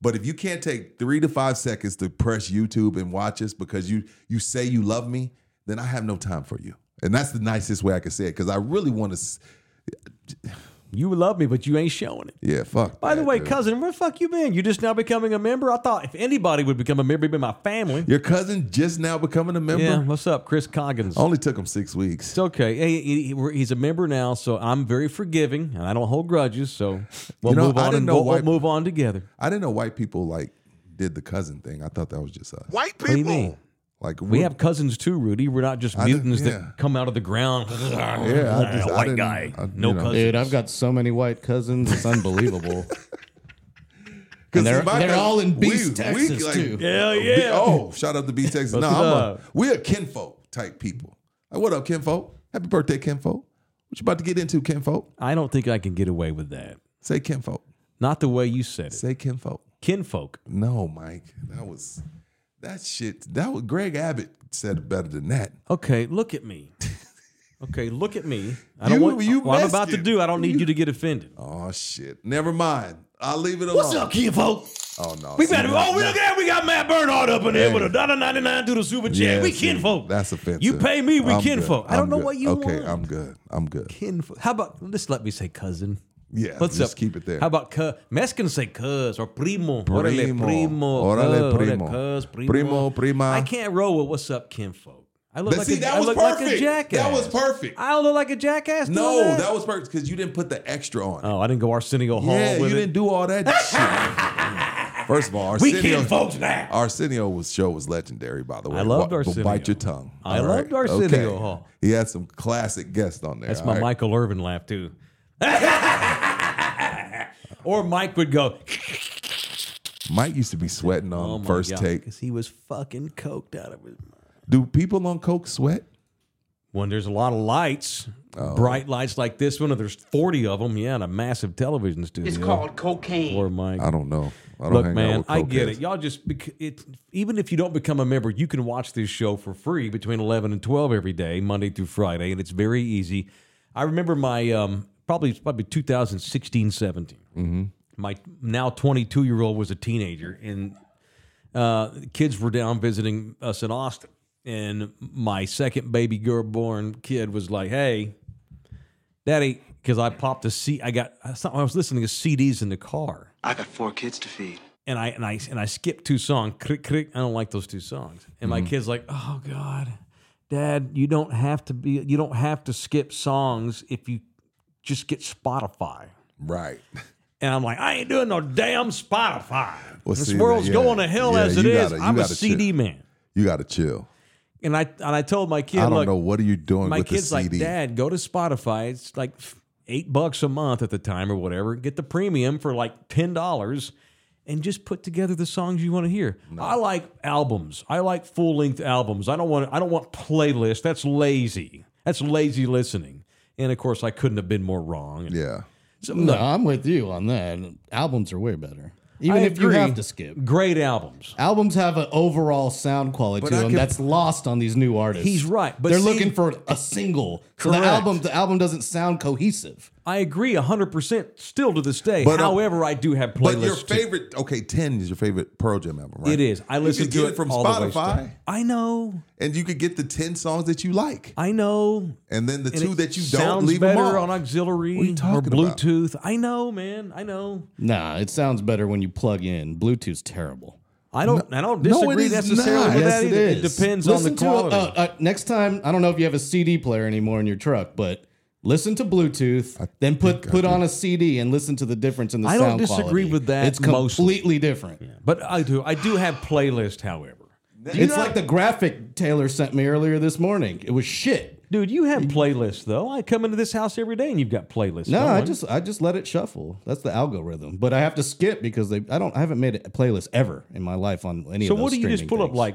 but if you can't take three to five seconds to press YouTube and watch us because you you say you love me, then I have no time for you. And that's the nicest way I can say it because I really want to.
you love me, but you ain't showing it.
Yeah, fuck.
By the
that,
way,
dude.
cousin, where the fuck you been? You just now becoming a member? I thought if anybody would become a member, it'd be my family.
your cousin just now becoming a member.
Yeah. What's up, Chris Coggins?
Only took him six weeks.
It's okay. Hey, he- he- we're- he's a member now, so I'm very forgiving, and I don't hold grudges.
[LAUGHS]
So we'll
You know,
move
I
on
didn't
and
know
we'll, we'll
why-
move on together.
I didn't know white people like did the cousin thing. I thought that was just us.
White
What do you
people.
mean?
Like
We have cousins too, Rudy. We're not just
I didn't-
mutants
yeah.
that come out of the ground.
[LAUGHS] yeah,
[LAUGHS]
I just, I
white
didn't-
guy,
I- you
no
know.
cousin.
Dude, I've got so many white cousins. It's unbelievable.
'Cause
And they're-
see, my
they're
cousin-
all in Beast, Texas, too.
Hell
Be-
yeah.
oh, shout out to Beast, Texas. no,
What's
I'm a,
up?
we are kinfolk type people. Like, what up, kinfolk? Happy birthday, kinfolk. What you about to get into, kinfolk?
I don't think I can get away with that.
Say kinfolk.
Not the way you said it.
Say kinfolk.
Kinfolk.
No, Mike, that was that shit. That was Greg Abbott said it better than that.
Okay, look at [LAUGHS] me. Okay, look at me. I don't
You-
want
you
what I'm
messed
about to
it.
do. I don't need you to get offended.
Oh shit. Never mind. I'll leave it alone.
What's up, kinfolk?
Oh no.
We
See,
got
now-
oh we
now-
look at we got Matt Bernard up in there
Hey.
with a dollar ninety nine to the super chat.
Yeah,
we
see,
kinfolk.
That's offensive.
You pay me, we
I'm good.
kinfolk. I don't
I'm
know
good.
what you
okay,
want.
I'm good. I'm good.
Kinfolk. How about just let me say cousin?
Yeah.
What's
just
up?
Keep it there.
How about cu- Mexicans say cuz or primo? Orale,
Primo.
primo.
Orale,
cuz,
primo.
cuz, primo.
Primo, prima.
I can't roll with what's up, kinfolk. I look
But
like
see,
a,
that
I
was
look like a
perfect. That
jackass.
was perfect.
I don't look like a jackass. doing
no,
that.
that? was perfect because you didn't put the extra on. it.
Oh, I didn't go Arsenio Hall
yeah, you
with it.
didn't do all
[LAUGHS]
that shit. First of all,
We
Arsenio,
can folks now.
Arsenio's show was legendary, by the way.
I loved
Wa- but
Arsenio.
Bite your tongue.
I
All
loved Arsenio Hall.
He had some classic guests on there.
That's
all
my
right?
Michael Irvin laugh too. [LAUGHS] or Mike would go
Mike used to be sweating
oh
on
my
first
God,
take.
because he was fucking coked out of his mind.
Do people on coke sweat?
When there's a lot of lights, bright lights like this one, or there's 40 of them, yeah, in a massive television studio.
It's called cocaine.
Or Mike.
I don't know. I don't
Look,
hang out
man,
with
I
cokeheads.
get it. Y'all just bec- it, even if you don't become a member, you can watch this show for free between eleven and twelve every day, Monday through Friday, and it's very easy. I remember my um, probably probably 2016, 17.
Mm-hmm.
My now twenty two year old was a teenager, and uh, kids were down visiting us in Austin, and my second baby girl born kid was like, "Hey, daddy," because I popped a C. I got I saw- I was listening to CDs in the car,
I got four kids to feed.
and I and I and I skipped two songs. Crick, crick. I don't like those two songs, and
Mm-hmm.
my kid's like, "Oh God, Dad, you don't have to be. You don't have to skip songs if you just get Spotify."
Right.
And I'm like, I ain't doing no damn Spotify.
Well,
this
see,
world's
yeah.
going to hell
Yeah,
as it
you
is.
gotta- you
I'm a
gotta
CD
chill.
man.
You got to chill.
And I and I told my kid,
I don't
look,
know what are you doing
my
with the
kid's
CD.
like, Dad, go to Spotify. It's like eight bucks a month at the time or whatever. Get the premium for like ten dollars, and just put together the songs you want to hear. I like albums. I like full length albums. I don't want. I don't want playlists. That's lazy. That's lazy listening. And of course, I couldn't have been more wrong.
Yeah.
So,
[LAUGHS] No,
look,
I'm with you on that. Albums are way better. Even
I
if you
agree.
have to skip.
great albums.
Albums have an overall sound quality
But
to
I
them
can-
that's lost on these new artists.
He's right, but
They're
see-
looking for a single. So the
Correct.
album, the album doesn't sound cohesive.
I agree hundred percent. Still to this day.
But, uh,
However, I do have playlists.
But your
too.
favorite, okay, 10 is your favorite Pearl Jam album, right?
It is. I listen
can
to
get
it
it from
all the way
Spotify.
still. I know.
And you could get the 10 songs that you like.
I know.
And then the
And
two
it
that you don't
sounds
leave
better
them off.
on auxiliary
What are you
or
talking about?
Bluetooth. I know, man. I know.
Nah, it sounds better when you plug in. Bluetooth's terrible.
I don't. I don't
no, it
disagree
is
necessarily
not.
with
Yes,
that.
it
either. It,
is.
depends on
Listen
the
to a-
quality.
uh, uh, next time, I don't know if you have a CD player anymore in your truck, but listen to Bluetooth, then put put on a CD and listen to the difference in the
I
sound
don't disagree
quality.
with that
It's
mostly.
completely different.
but I do. I do have playlist. However,
It's like the graphic Taylor sent me earlier this morning. It was shit.
dude, you have playlists though. I come into this house every day and you've got playlists.
No, I
going.
just I just let it shuffle. That's the algorithm. But I have to skip because they I don't I haven't made a playlist ever in my life on any
So
of those
what do you just
streaming
pull up
things.
like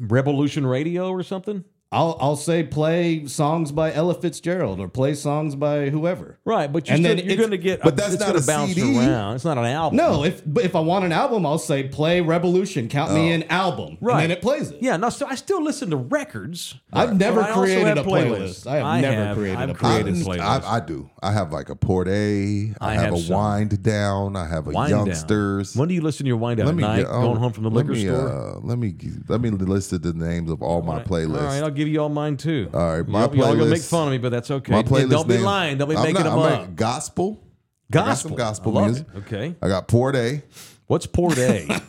Revolution Radio or something?
I'll I'll say play songs by Ella Fitzgerald or play songs by whoever.
Right, but you're,
And
still,
then
you're
it's-
going to get.
but that's
it's
not
gonna
a
bounce
CD.
around. It's not an album.
No, if but if I want an album, I'll say play Revolution, count
Oh.
me in album,
Right.
and then it plays it.
Yeah, no. So I still listen to records.
I've never
But I also
created
have
a playlist.
playlists.
I have
I
never
have-
created
I've
a
I-
created-
playlist.
playlist.
I, I do. I have like a Port A. I
I
have,
have
a
some.
wind down. I have a
Wind down.
youngsters.
When do you listen to your wind down? At night,
get- oh,
going home from the
let
liquor
me,
store.
Uh, let me g- let me list the names of all my playlists.
All right, I'll give you all mine too.
All right, my
y'all, y'all gonna make
playlist-
fun of me, but that's okay.
my
And
playlist.
don't be
name-
lying. Don't be
I'm
making
not-
them
I'm
up.
making gospel. I got
gospel,
some gospel
I love
music.
it. Okay,
I got Port A.
what's Port
[LAUGHS]
A?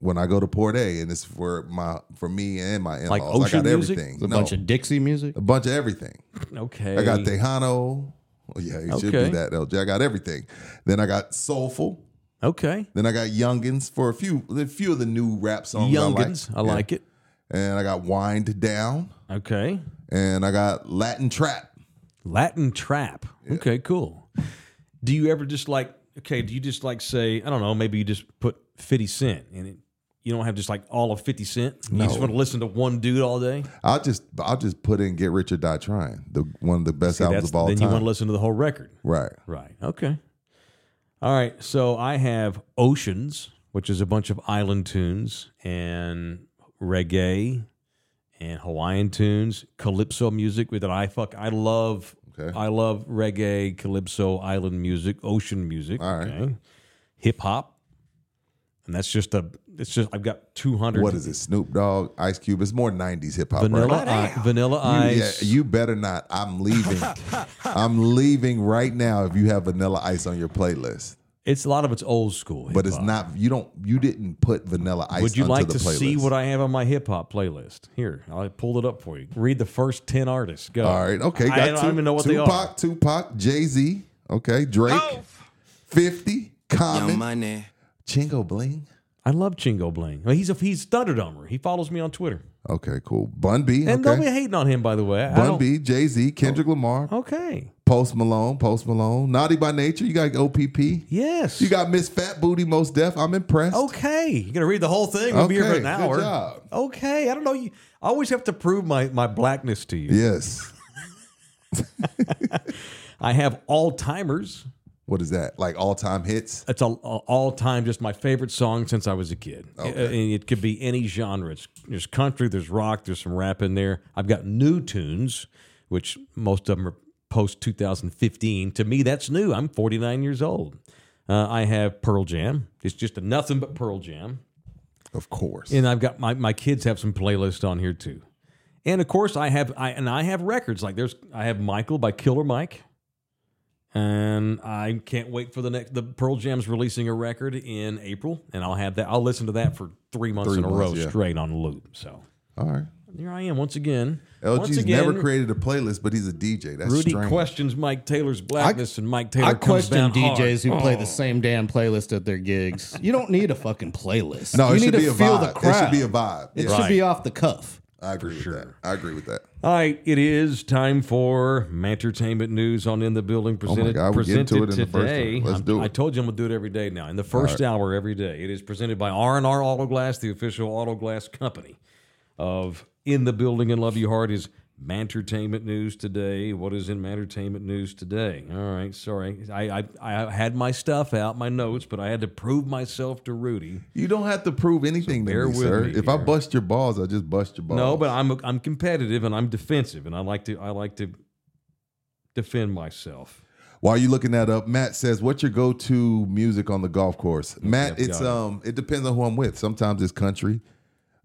When I go to Port A, and it's for my for me and my in-laws.
Like
I got
ocean music?
everything.
A
No,
bunch of Dixie music.
a bunch of everything.
okay,
I got Tejano. Oh, yeah, it should
Okay.
be that LJ. I got everything. Then I got soulful.
okay.
Then I got youngins for a few a few of the new rap songs.
Youngins, I like,
Yeah.
it.
And I got wind down.
Okay,
And I got Latin trap.
Latin trap. Okay, cool. Do you ever just like okay? Do you just like say I don't know? Maybe you just put Fifty Cent in it. You don't have just like all of Fifty Cent. You just want to listen to one dude all day.
I'll just I'll just put in Get Rich or Die Trying, the one of the best albums
That's-
of all
then you want
time.
to listen to the whole record.
right.
Right. Okay. All right. So I have Oceans, which is a bunch of island tunes and reggae and Hawaiian tunes, calypso music that I fuck I love.
Okay.
I love reggae, calypso, island music, ocean music.
All right.
Hip hop. And that's just a it's just I've got 200
What is it? Snoop Dogg, Ice Cube. It's more '90s hip hop.
Vanilla,
right?
I, vanilla
You- yeah,
ice.
you better not.
[LAUGHS]
I'm leaving. I'm leaving right now if you have Vanilla Ice on your playlist.
it's a lot of it's old school.
But it's
hip-hop.
not. You don't. You didn't put Vanilla Ice.
Would you
onto
like
the
to
playlist.
see what I have on my hip hop playlist? Here, I pulled it up for you. Read the first ten artists. Go.
All right. Oh. Okay.
I
got
don't
two-
even know what they
Tupac,
are.
Tupac, Jay Z. Okay. Drake. Fifty.
Young
Common.
money.
Chingo Bling.
I love Chingo Bling. Well, he's a he's Thunderdumber. He follows me on Twitter,
Okay. Cool. Bun B.
and don't be
Okay.
hating on him, by the way. I
Bun
don't- Oh.
B. Jay Z. Kendrick Lamar.
Okay.
Post Malone. Post Malone. Naughty by Nature. You got OPP.
Yes.
You got Miss Fat Booty. Most Def. I'm impressed.
Okay. You're gonna read the whole thing. We'll be here for
Okay,
an
good
hour.
job.
Okay. I don't know. You, I always have to prove my my blackness to you.
Yes.
I have all timers.
What is that? Like all time hits?
It's a, a- all time just my favorite song since I was a kid. Uh, and it could be any genre. It's, there's country, there's rock, there's some rap in there. I've got new tunes, which most of them are post 2015. To me, that's new. I'm 49 years old. Uh, I have Pearl Jam. It's just a nothing but Pearl Jam.
Of course.
And I've got my, my kids have some playlists on here too. And of course, I have I and I have records like there's I have Michael by Killer Mike, and I can't wait for the next. The Pearl Jam's releasing a record in April, and I'll have that. I'll listen to that for three months
Three
in a
months,
row
yeah.
straight on loop. So
All right.
here I am once again. once
LG's
again,
never created a playlist, but he's a DJ. That's
Rudy
strange.
questions Mike Taylor's blackness, and Mike Taylor
I
comes
question
down hard.
DJs who play the same damn playlist at their gigs. Oh. [LAUGHS] You don't need a fucking playlist.
No, it
you need
should
to
be a
feel
vibe.
the
It should
crowd.
be a vibe.
It
Yeah,
should be off the cuff.
I agree with that. I agree with that.
All right, it is time for entertainment news on In the Building presented,
Oh God, we're getting
presented
to it in the first
today.
one. Let's
I'm-
do it.
I told you I'm going to do it every day now. In the first hour every day, it is presented by R&R Auto Glass, the official auto glass company of In the Building and Love You Hard is Mantertainment News today. What is in Mantertainment News today? All right, sorry. I, I, I had my stuff out, my notes, but I had to prove myself to Rudy.
You don't have to prove anything
bear
to me,
with
sir.
me
if I
here.
bust your balls, I just bust your balls.
No, but I'm I'm competitive and I'm defensive and I like to I like to defend myself.
while you looking that up, Matt says, "What's your go-to music on the golf course?" Matt,
I've
it's
got it.
um, it depends on who I'm with. Sometimes it's country,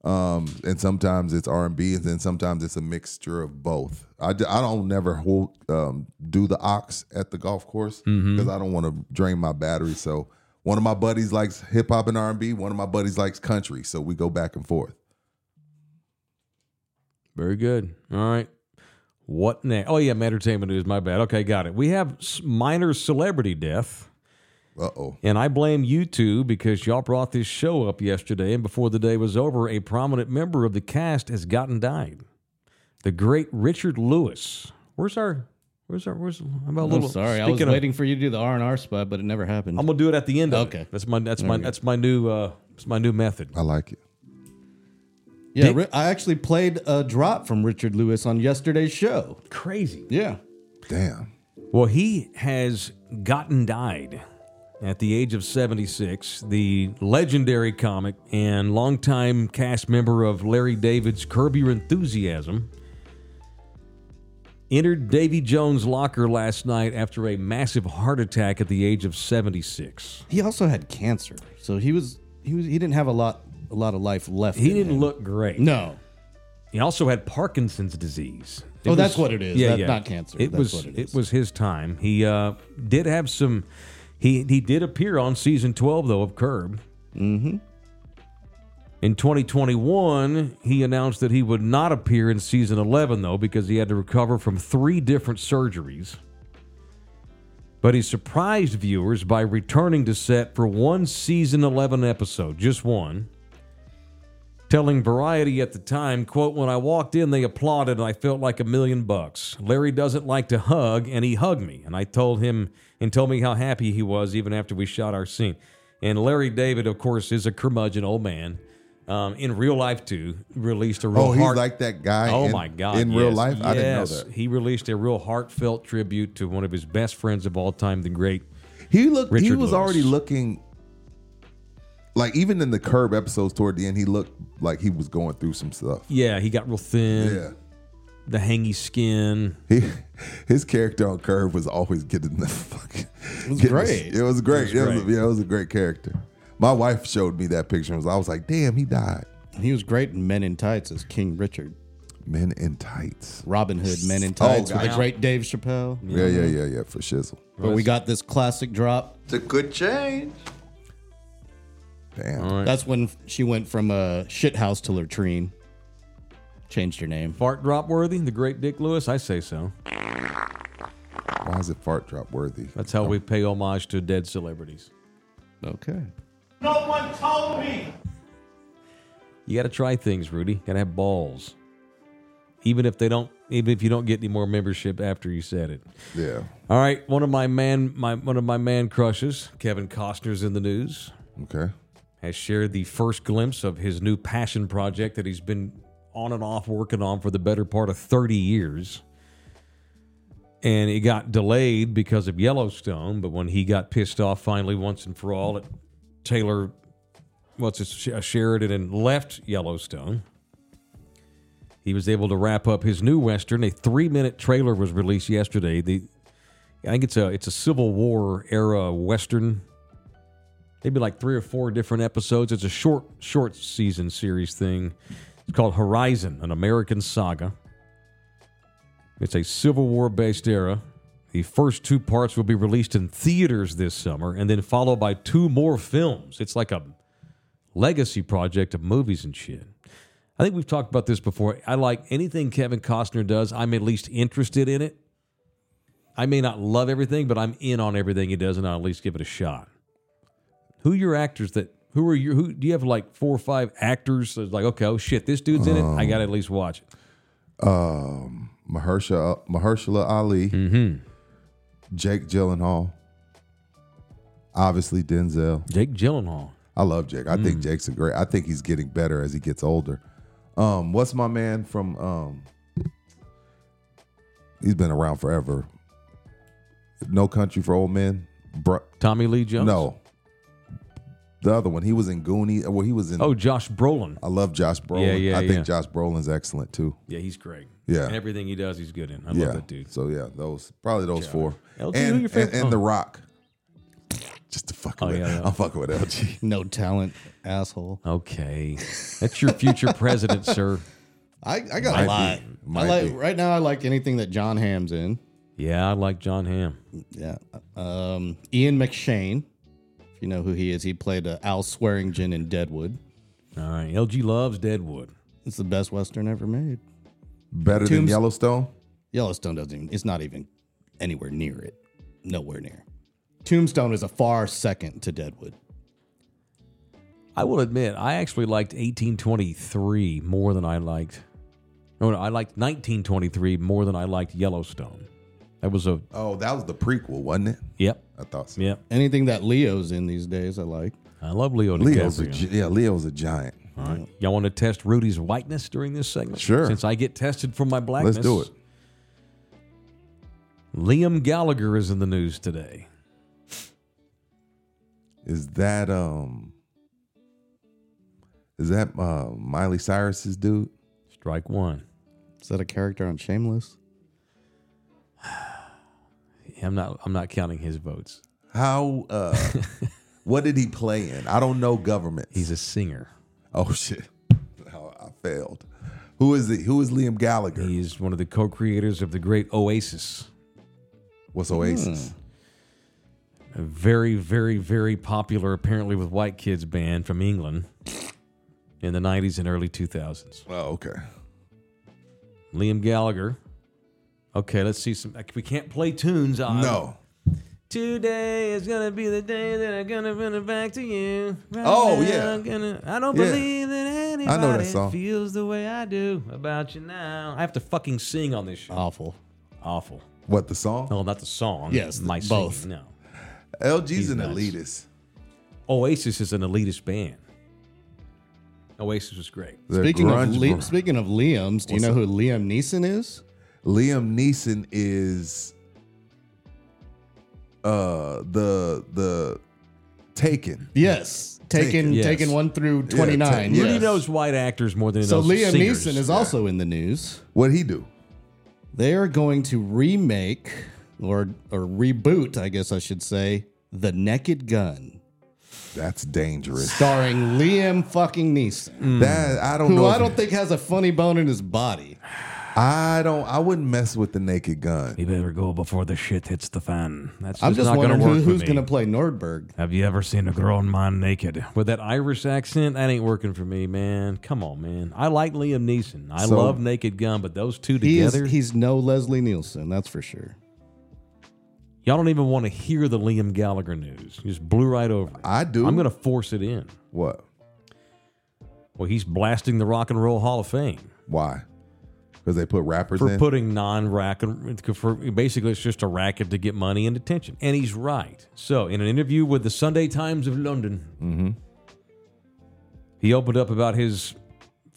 um, and sometimes it's R and B, and then sometimes it's a mixture of both. I, d- I don't never hold um do the ox at the golf course because
Mm-hmm.
I don't want to drain my battery. So one of my buddies likes hip hop and R and B. One of my buddies likes country. So we go back and forth.
Very good. All right. What next? Oh yeah, entertainment news. My bad. Okay, got it. We have s- minor celebrity death,
Uh oh.
and I blame you two because y'all brought this show up yesterday, and before the day was over, a prominent member of the cast has gotten died. The great Richard Lewis. Where's our? Where's our? Where's? How about a
I'm
little?
sorry. I was
speaking of-
waiting for you to do the R and R spot, but it never happened.
I'm gonna do it at the end. Of
Okay.
It. That's my. That's my. That's my new. uh It's my new method.
I like it.
yeah, Ri- I actually played a drop from Richard Lewis on yesterday's show.
Crazy.
Yeah.
Damn.
Well, he has gotten died at the age of 76. The legendary comic and longtime cast member of Larry David's Curb Your Enthusiasm entered Davy Jones' locker last night after a massive heart attack at the age of 76.
He also had cancer, so he was he was he didn't have a lot a lot of life left.
He
in
didn't
him.
look great.
No.
He also had Parkinson's disease.
Oh, that's what it is. That- not cancer.
It
That's
was.
what
it,
it is.
was his time. He uh, did have some. He he did appear on season twelve though of Curb. Mm-hmm. In 2021, he announced that he would not appear in season 11 though because he had to recover from three different surgeries. But he surprised viewers by returning to set for one season 11 episode, just one telling variety at the time quote when i walked in they applauded and i felt like a million bucks larry doesn't like to hug and he hugged me and i told him and told me how happy he was even after we shot our scene and larry david of course is a curmudgeon old man um, in real life too released a real
Oh, he's
heart-
like that guy.
oh
in-
my god
In real
yes,
life, I didn't know
yes.
that.
he released a real heartfelt tribute to one of his best friends of all time the great
He looked. he
Richard
was
Lewis.
already looking like even in the curb episodes toward the end, he looked like he was going through some stuff.
yeah he got real thin
Yeah,
the hangy skin
he his character on Curb was always getting the fucking. It was
great.
It was great. It was
great.
yeah, it was a great character. My wife showed me that picture. and was I was like, damn, he died.
He was great in Men in Tights as King Richard.
Men in tights.
Robin Hood Men in Tights with
God.
the great Dave Chappelle.
Oh, Yeah, yeah, yeah, yeah. For shizzle.
But we got this classic drop.
It's a good change.
Damn.
That's when she went from a shit house to latrine. Changed her name.
fart drop worthy the great dick lewis i say so
Why is it fart drop worthy?
That's how we pay homage to dead celebrities.
Okay.
No one told me.
You got to try things, Rudy. Got to have balls, even if they don't. Even if you don't get any more membership after you said it.
Yeah.
All right, one of my man, my one of my man crushes, Kevin Costner's in the news.
Okay.
Has shared the first glimpse of his new passion project that he's been on and off working on for the better part of 30 years. And it got delayed because of Yellowstone, but when he got pissed off finally once and for all at Taylor, what's his, Sh- uh, Sheridan, and left Yellowstone, he was able to wrap up his new western. A three-minute trailer was released yesterday. The I think it's a it's a Civil War era western. Maybe like three or four different episodes. It's a short short season series thing. It's called Horizon, an American saga. It's a Civil War based era. The first two parts will be released in theaters this summer and then followed by two more films. It's like a legacy project of movies and shit. I think we've talked about this before. I like anything Kevin Costner does, I'm at least interested in it. I may not love everything, but I'm in on everything he does and I'll at least give it a shot. Who are your actors that who are your who do you have like four or five actors that's like, okay, oh shit, this dude's in it. I gotta at least watch it.
Mahershala, Mahershala Ali,
Mm-hmm.
Jake Gyllenhaal, obviously Denzel.
Jake Gyllenhaal.
I love Jake. I
Mm.
think Jake's a great. I think he's getting better as he gets older. Um, what's my man from? Um, he's been around forever. No Country for Old Men. Bru-
Tommy Lee Jones?
no, the other one. He was in Goonie. Well, he was in.
Oh, Josh Brolin.
I love Josh Brolin.
Yeah, yeah,
I think
yeah.
Josh Brolin's excellent too.
Yeah, he's great.
Yeah.
And everything he does, he's good in. I
yeah.
love that dude.
So yeah, those probably those four.
LG, who
and
your favorite-
and, and The
oh.
Rock. Just to fuck
Oh,
with,
yeah, yeah.
I'm fucking with LG.
No talent, asshole.
Okay. [LAUGHS] That's your future president, sir.
I, I got a lot. I
Might
like
be.
right now. I like anything that John Hamm's in.
Yeah, I like John Hamm.
Yeah. Um, Ian McShane, if you know who he is, he played uh, Al Swearingen in Deadwood.
All right. LG loves Deadwood.
It's the best western ever made.
Better than
Tombs-
Yellowstone.
Yellowstone doesn't even, it's not even anywhere near it. Nowhere near. Tombstone is a far second to Deadwood.
I will admit, I actually liked 1823 more than I liked. No, no, I liked 1923 more than I liked Yellowstone. That was a.
Oh, that was the prequel, wasn't it?
Yep.
I thought so.
Yep.
Anything that Leo's in these days, I like.
I love Leo
Leo's a,
DiCaprio.
gi- yeah, Leo's a giant.
All right. Y'all want to test Rudy's whiteness during this segment?
Sure.
Since I get tested for my blackness.
Let's do it.
Liam Gallagher is in the news today.
Is that um? Is that uh, Miley Cyrus's dude?
Strike one.
Is that a character on Shameless?
I'm not. I'm not counting his votes.
How?
[LAUGHS]
uh What did he play in? I don't know. Government.
He's a singer.
oh shit! [LAUGHS] Oh, I failed. Who is he? Who is Liam Gallagher?
He is one of the co-creators of the great Oasis,
What's Oasis?
a very, very, very popular, apparently with white kids band from England in the '90s and early 2000s.
Oh, okay.
Liam Gallagher. Okay, let's see some. We can't play tunes. I,
No.
Today is gonna be the day that I'm gonna run it back to you. Right
Oh,
now,
yeah.
I'm gonna- I don't
Yeah.
believe that anybody
that song.
feels the way I do about you now. I have to fucking sing on this shit.
Awful.
Awful.
What the song?
No, not the song.
Yes,
my
th- both.
singing, No.
LG's
He's
an
nuts.
elitist.
Oasis is an elitist band. Oasis was great.
They're
Speaking of,
grunge
Le-
bro-
speaking of Liam's, do you know who Liam Neeson is?
Liam Neeson is uh the the Taken.
Yes. Taken,
Yes.
taken one through 29.
Yeah, ta-
Rudy
yes.
knows white actors more than he
So
knows
Liam
singers.
Neeson is also in the news.
What'd he do?
They are going to remake or or reboot, I guess I should say, The Naked Gun,
That's dangerous.
starring Liam fucking Neeson,
That I don't
who
know.
I
if-
don't think has a funny bone in his body.
I don't I wouldn't mess with the naked gun.
You better go before the shit hits the fan. That's
I'm just
not
wondering
gonna
who,
work
who's
with
going to
me.
play Nordberg.
Have you ever seen a grown man naked? With that Irish accent, that ain't working for me, man. Come on, man. I like Liam Neeson. I
So-
love Naked Gun, but those two
He is,
together,
he's no Leslie Nielsen, that's for sure.
y'all don't even want to hear the Liam Gallagher news. You just blew right over. it.
I do.
I'm gonna force it in.
what?
Well, he's blasting the Rock and Roll Hall of Fame
Why? Because they put rappers
for
in.
putting non-rack and for basically it's just a racket to get money and attention. And he's right. So, in an interview with the Sunday Times of London, he opened up about his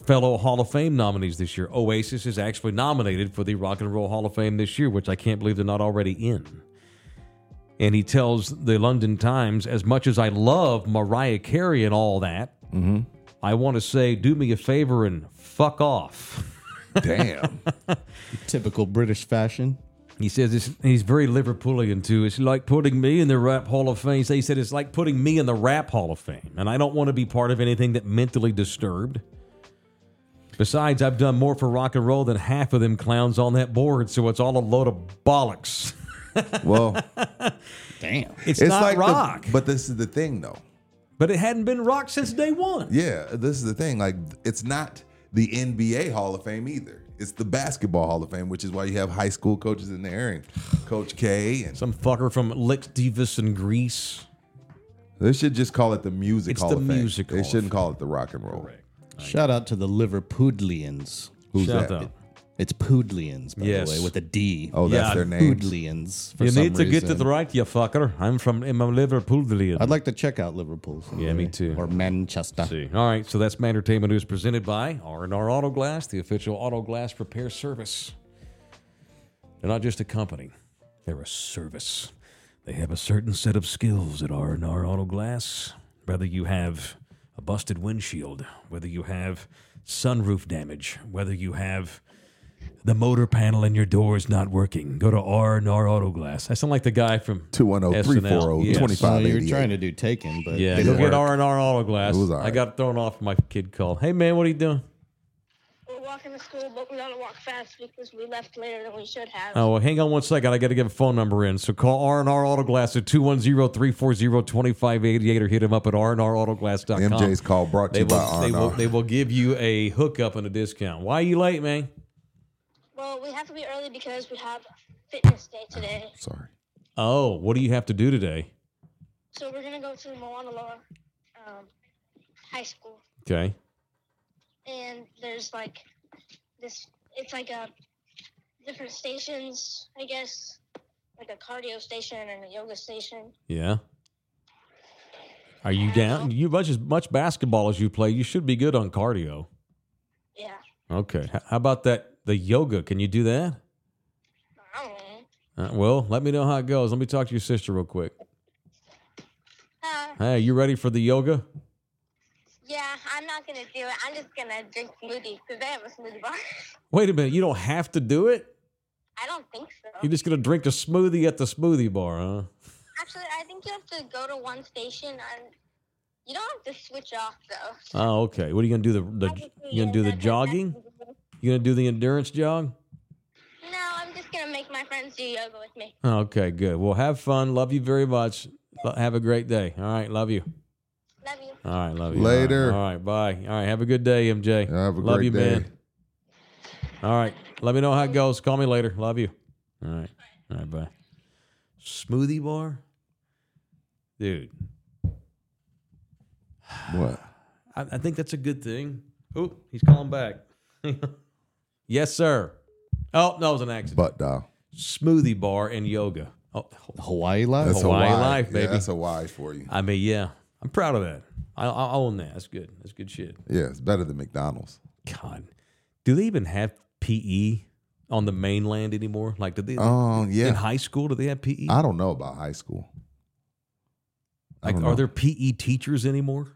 fellow Hall of Fame nominees this year. Oasis is actually nominated for the Rock and Roll Hall of Fame this year, which I can't believe they're not already in. And he tells the London Times, as much as I love Mariah Carey and all that, I want to say, do me a favor and fuck off. [LAUGHS]
Damn.
Typical British fashion.
He says it's, he's very Liverpoolian too. It's like putting me in the Rap Hall of Fame. He said it's like putting me in the Rap Hall of Fame, and I don't want to be part of anything that mentally disturbed. Besides, I've done more for rock and roll than half of them clowns on that board, so it's all a load of bollocks. [LAUGHS]
Well,
Damn.
It's,
it's
not
like the-
rock, but,
but this is the thing, though.
it hadn't been rock since day one.
Yeah, this is the thing. Like, it's not the NBA Hall of Fame either. It's the Basketball Hall of Fame, which is why you have high school coaches in there and Coach K. And
Some fucker from Lex Divas in Greece.
they should just call it the Music
It's
Hall
the
of Fame.
Music
they
Hall of
shouldn't call it the Rock and Roll.
Shout out to the Liverpoodlians.
Who's
Shut
that?
up.
It's Poodlians, by
Yes.
the way, with a D.
Oh, that's
Yeah,
their name.
Poodlians. For
You
some
need to get to
reason.
the right, you fucker. I'm from I'm a Liverpool.
I'd like to check out Liverpool. someday.
Yeah, me too.
Or Manchester.
See. All right, so that's my entertainment news presented by R&R Auto Glass, the official auto glass repair service. They're not just a company; they're a service. They have a certain set of skills at R&R Auto Glass. Whether you have a busted windshield, whether you have sunroof damage, whether you have the motor panel in your door is not working, go to R&R Auto Glass. I sound like the guy from
210 340
SNL. Yes.
So
25
you were trying to do taken, but
Yeah,
didn't
go get
work.
R and R auto glass.
It was all
I
right.
got thrown off. My kid called. Hey man, what are you doing?
We're walking to school, but we gotta walk fast because we left later than we should have.
Oh, well, hang on one second. I got to get a phone number in. So call R and R Auto Glass at 210-340-2588 or hit them up at rnrautoglass.com.
MJ's call brought to
They
you by
will,
R&R.
they will they will give you a hookup and a discount. Why are you late, man?
Well, we have to be early because we have fitness day today.
Sorry.
Oh, what do you have to do today?
So we're gonna go to Moana Loa um, High School,
Okay.
and there's like this. It's like a different stations, I guess, like a cardio station and a yoga station.
Yeah. Are you down? You much as much basketball as you play, you should be good on cardio.
Yeah,
Okay. H- How about that? The yoga? Can you do that?
I don't know.
Uh, well, let me know how it goes. Let me talk to your sister real quick.
Uh,
Hey, you ready for the yoga?
yeah, I'm not gonna do it. I'm just gonna drink smoothie because they have a smoothie bar. [LAUGHS]
Wait a minute. You don't have to do it.
I don't think so.
You're just gonna drink a smoothie at the smoothie bar, huh?
Actually, I think you have to go to one station and you don't have to switch off though.
Oh, okay. What are you gonna do? The, the you gonna do the jogging? You gonna do the endurance jog?
No, I'm just gonna make my friends do yoga with me.
Oh, Okay, good. Well, have fun. Love you very much. Lo- Have a great day. All right, love you.
Love you.
All right, love you.
Later.
All right, all right, bye. All right, have a good day, MJ.
Have a
love
great
you,
day.
man. All right, let me know how it goes. Call me later. Love you. All right, all right, bye. Smoothie bar, dude.
What?
I, I think that's a good thing. Oh, he's calling back. [LAUGHS] yes, sir. Oh, no, it was an accident.
Butt dial.
Smoothie bar and yoga. Oh,
Hawaii life.
That's
Hawaii
a why.
life, baby.
Yeah, that's a why for you.
I mean, yeah, I'm proud of that. I, I own that. That's good. That's good shit.
Yeah, it's better than McDonald's.
God, do they even have PE on the mainland anymore? Like, did they
Um,
in
yeah.
high school? Do they have E? PE?
I don't know about high school. I
like,
don't
are
know.
there PE teachers anymore?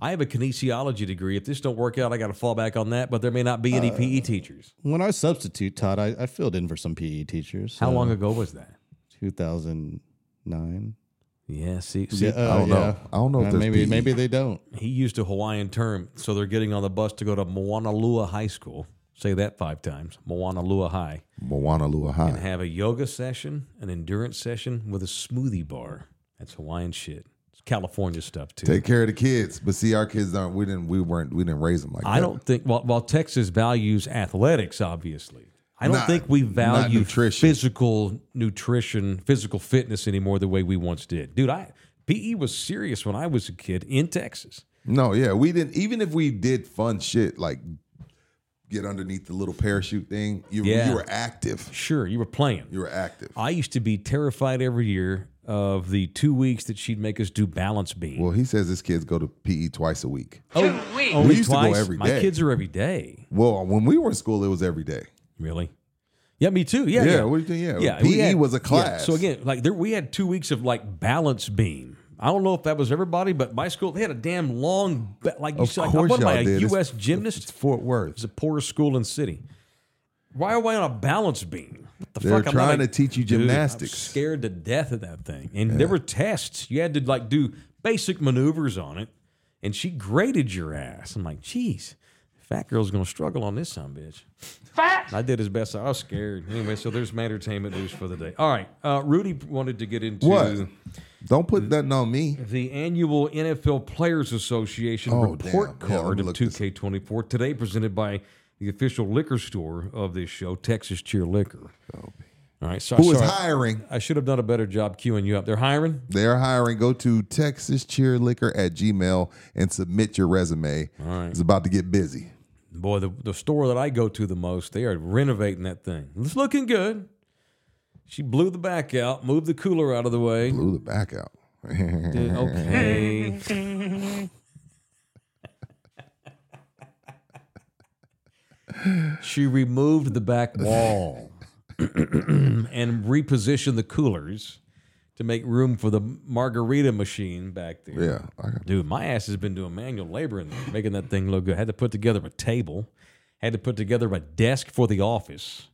I have a kinesiology degree. If this don't work out, I got to fall back on that. But there may not be any PE teachers.
When I substitute taught, I, I filled in for some PE teachers.
How
so
long ago was that?
2009.
Yeah, see, see,
Yeah, uh,
I don't know.
yeah.
I don't know if
Uh,
there's E.
maybe
PE.
maybe they don't.
he used a Hawaiian term, so they're getting on the bus to go to Moanalua High School. Say that five times, Moanalua High,
Moana Lua High.
and have a yoga session, an endurance session with a smoothie bar. That's Hawaiian shit. It's California stuff too.
Take care of the kids, but see, our kids aren't. We didn't. We weren't. We didn't raise them like
I
that.
don't think while, while Texas values athletics, obviously, I don't
Not-
think we value
nutrition.
physical nutrition, physical fitness anymore the way we once did. Dude, I PE was serious when I was a kid in Texas.
No, yeah, we didn't. Even if we did fun shit like get underneath the little parachute thing, you,
Yeah.
you were active.
Sure, you were playing.
You were active.
I used to be terrified every year of the two weeks that she'd make us do balance beam.
Well, he says his kids go to PE twice a week.
oh, weeks.
We used to go every
My
day.
kids are every day.
Well, when we were in school, it was every day.
Really? Yeah, me too. Yeah,
Yeah,
yeah.
what do you think? Yeah,
Yeah, we
PE
had-
was a
yeah,
class.
So again, like there, we had two weeks of like balance beam. I don't know if that was everybody, but my school they had a damn long, ba- like you
Of
said, like,
course
I won by
y'all
a
did. It's-
U.S. gymnast.
it's Fort Worth.
It's the poorest school in the city. Why are we on a balance beam? What the
They're
fuck? I'm
trying
a-
to teach you
Dude, I'm
gymnastics.
scared to death of that thing, and there were tests. You had to like do basic maneuvers on it, and she graded your ass. I'm like, geez, Fat girl's gonna struggle on this son, of a bitch.
Fat.
I did as best I was scared. Anyway, so there's my entertainment news for the day. All right, uh, Rudy wanted to get into
What? Don't put nothing on me.
the annual NFL Players Association
Oh,
report
damn. Yeah, let
card
me
of
look this
2K24 today, presented by the official liquor store of this show, Texas Cheer Liquor. All right, so I,
Who is
sorry.
hiring?
I should have done a better job queuing you up. They're hiring.
They're hiring. Go to texascheerliquor at gmail and submit your resume. It's about to get busy.
Boy, the, the store that I go to the most, they are renovating that thing. It's looking good. She blew the back out, moved the cooler out of the way.
Blew the back out. [LAUGHS]
Okay. [LAUGHS] she removed the back wall [CLEARS THROAT] and repositioned the coolers to make room for the margarita machine back there.
yeah. I got-
Dude, my ass has been doing manual labor in there, making that thing look good. Had to put together a table, had to put together a desk for the office,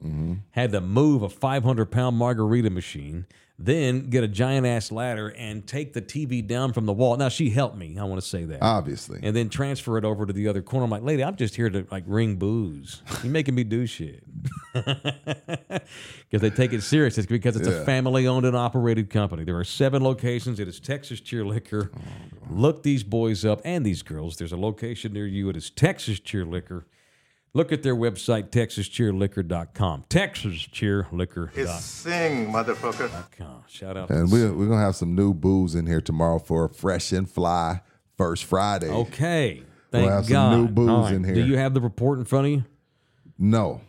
had to move a 500 pound margarita machine, then get a giant ass ladder and take the TV down from the wall. Now, she helped me. I want to say that.
Ah, Obviously.
and then transfer it over to the other corner. I'm like, lady, I'm just here to like ring booze. You're making me do shit. [LAUGHS] Because they take it serious. It's because it's a family owned and operated company. There are seven locations. It is Texas Cheer Liquor.
Oh,
Look these boys up and these girls. There's a location near you. It is Texas Cheer Liquor. Look at their website, texascheerliquor.com. Texascheerliquor.com.
Sing, motherfucker.
Oh, Shout out.
And
to
we're, we're going to have some new booze in here tomorrow for Fresh and Fly First Friday.
okay. Thank
have some
God.
new booze
All right.
in
Do
here.
you have the report in front of you?
No,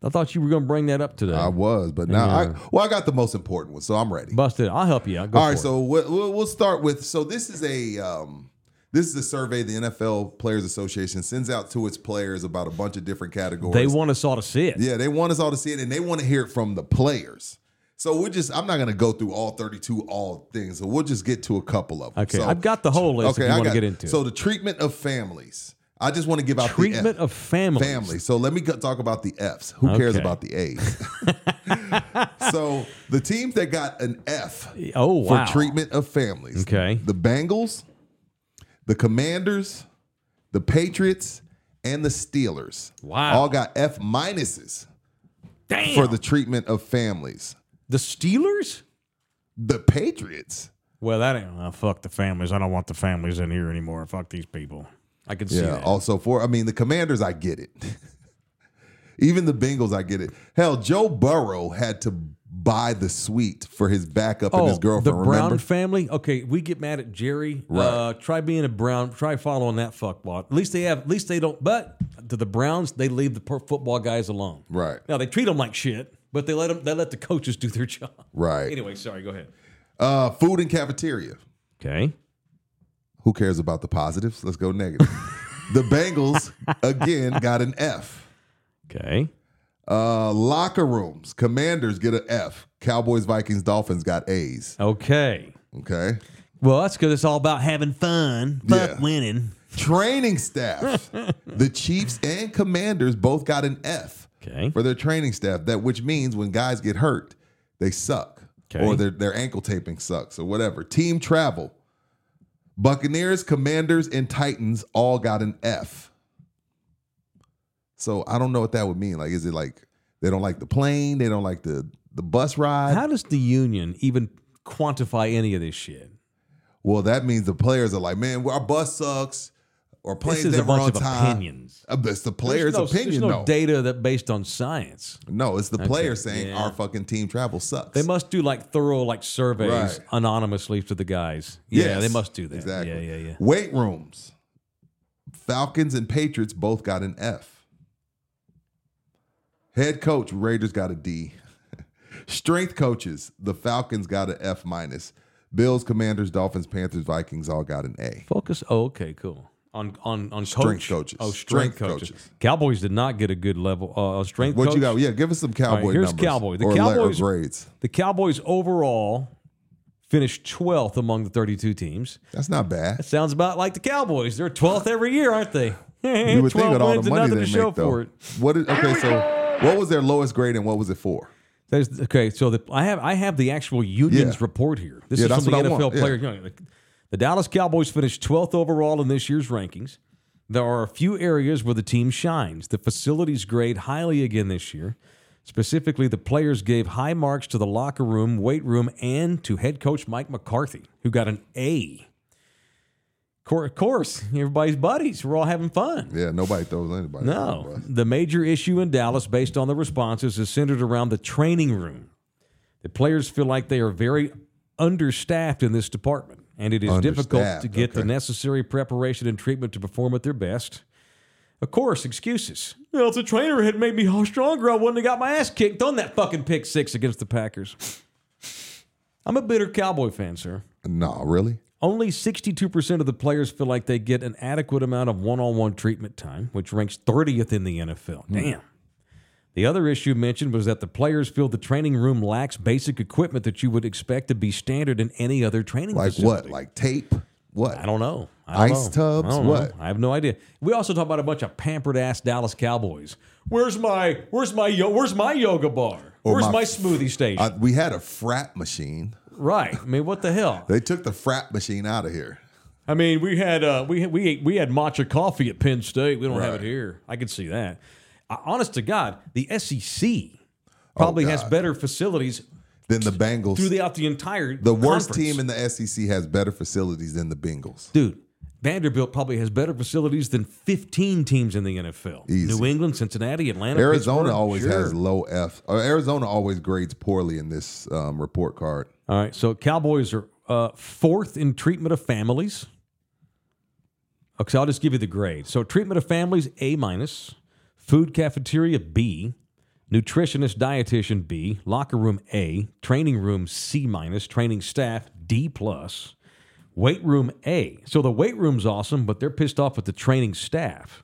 I thought you were going to bring that up today.
I was, but now I, well, I got the most important one, so I'm ready.
Busted. I'll help you. I'll go
All
for
right,
it.
so we'll, we'll we'll start with so this is a um, this is a survey the NFL Players Association sends out to its players about a bunch of different categories.
they want us all to see it.
yeah, they want us all to see it, and they want to hear it from the players. So we're just I'm not gonna go through all 32 all things, so we'll just get to a couple of them.
Okay,
so,
I've got the whole list. if you
I
want to
got-
get into
so
it.
the treatment of families. I just want to give out the F-
treatment of families.
family. So let me go- talk about the F's. Who cares
Okay.
about the A's?
[LAUGHS]
so the teams that got an F
Oh
for
wow.
treatment of families.
Okay.
The Bengals, the Commanders, the Patriots, and the Steelers.
Wow.
All got F minuses
Damn.
for the treatment of families.
the Steelers.
The Patriots.
Well, that ain't. Well, fuck the families. I don't want the families in here anymore. Fuck these people. I can see
Yeah.
that.
Also for I mean the Commanders, I get it. [LAUGHS] Even the Bengals, I get it. Hell, Joe Burrow had to buy the suite for his backup and his girlfriend.
Oh, the Brown
remember?
family. Okay, we get mad at Jerry.
Right.
Uh, try being a Brown. Try following that fuckbot. At least they have. At least they don't. But to the Browns, they leave the per- football guys alone.
Right.
Now they treat them like shit, but they let them. They let the coaches do their [LAUGHS] job.
Right.
Anyway, sorry. Go ahead.
Uh, food and cafeteria.
Okay.
Who cares about the positives? Let's go
[LAUGHS]
negative. the Bengals again got an F.
Okay.
Uh, locker rooms. Commanders get an F. Cowboys, Vikings, Dolphins got A's.
Okay.
Okay.
Well, that's because it's all about having fun. Fuck
Yeah.
winning. [LAUGHS]
Training staff. the Chiefs and Commanders both got an F
Okay.
for their training staff. That which means when guys get hurt, they suck.
Okay.
Or their their ankle taping sucks or whatever. Team travel. Buccaneers, Commanders, and Titans all got an F. So I don't know what that would mean. Like, is it like they don't like the plane? They don't like the the bus ride?
How does the union even quantify any of this shit?
Well, that means the players are like, man, our bus sucks. Our planes
This is a
never
bunch
on
of
time.
opinions.
Uh, but It's the players'
There's no-
opinion,
There's no
though.
data that based on science.
no, it's the player saying
yeah.
our fucking team travel sucks.
They must do like thorough like surveys
Right.
anonymously to the guys. Yeah,
Yes,
they must do that.
Exactly.
Yeah, yeah, yeah.
Weight rooms. Falcons and Patriots both got an F. Head coach Raiders got a D. [LAUGHS] Strength coaches the Falcons got an F minus. Bills, Commanders, Dolphins, Panthers, Vikings all got an A.
Focus. Oh, okay, cool. On on on
Strength
coach.
coaches.
Oh, strength,
Strength
coaches.
coaches.
Cowboys did not get a good level. Uh, strength.
What
coach?
you got? Yeah, give us some Cowboy
here's
numbers.
Cowboy. The
or le- or
Cowboys-
grades.
The Cowboys overall finished 12th among the 32 teams.
That's not bad.
Sounds about like the Cowboys. They're 12th every year, aren't they? [LAUGHS]
You would think with all
wins
the
and
money
nothing
they
to show
make, though.
for it.
What is, okay, so what was their lowest grade and what was it for?
There's, okay, so the, I have I have the actual unions
Yeah.
report here. This
Yeah,
is
that's
from the
what I
NFL
want, yeah.
player. The Dallas Cowboys finished 12th overall in this year's rankings. There are a few areas where the team shines. The facilities grade highly again this year. Specifically, the players gave high marks to the locker room, weight room, and to head coach Mike McCarthy, who got an A. Cor- Of course, everybody's buddies. We're all having fun.
Yeah, nobody throws anybody. under the
No.
bus.
The major issue in Dallas, based on the responses, is centered around the training room. The players feel like they are very understaffed in this department, and it is difficult
Understaffed,
to get the
okay.
necessary preparation and treatment to perform at their best. Of course, excuses. Well, if the trainer had made me stronger, I wouldn't have got my ass kicked on that fucking pick six against the Packers. I'm a bitter Cowboy fan, sir.
No, really?
Only 62% of the players feel like they get an adequate amount of one on one treatment time, which ranks 30th in the NFL. Damn. The other issue mentioned was that the players feel the training room lacks basic equipment that you would expect to be standard in any other training
Like what?
facility.
Like tape? What?
I don't know. I don't
Ice
know.
tubs?
I don't know.
What?
I have no idea. We also talk about a bunch of pampered ass Dallas Cowboys. Where's my where's my yo- where's my yoga bar?
Or
Where's my,
my-
smoothie station?
I, we had a frat machine.
right. I mean, what the hell?
They took the frat machine out of here.
I mean, we had uh, we had, we ate, we had matcha coffee at Penn State. We don't have it
Right.
here. I can see that. I, honest to God, the SEC probably has
Oh, God.
better facilities
Then the Bengals.
throughout the entire
the worst
conference.
team in the SEC has better facilities than the Bengals.
dude. Vanderbilt probably has better facilities than 15 teams in the NFL.
Easy.
New England, Cincinnati, Atlanta,
Arizona
Pittsburgh,
always
sure.
has low F. uh, Arizona always grades poorly in this um, report card.
All right, so Cowboys are uh, fourth in treatment of families. Okay, so I'll just give you the grade. So treatment of families A minus, food cafeteria B, nutritionist dietitian B, locker room A, training room C minus, training staff D plus, weight room A. So the weight room's awesome, but they're pissed off with the training staff.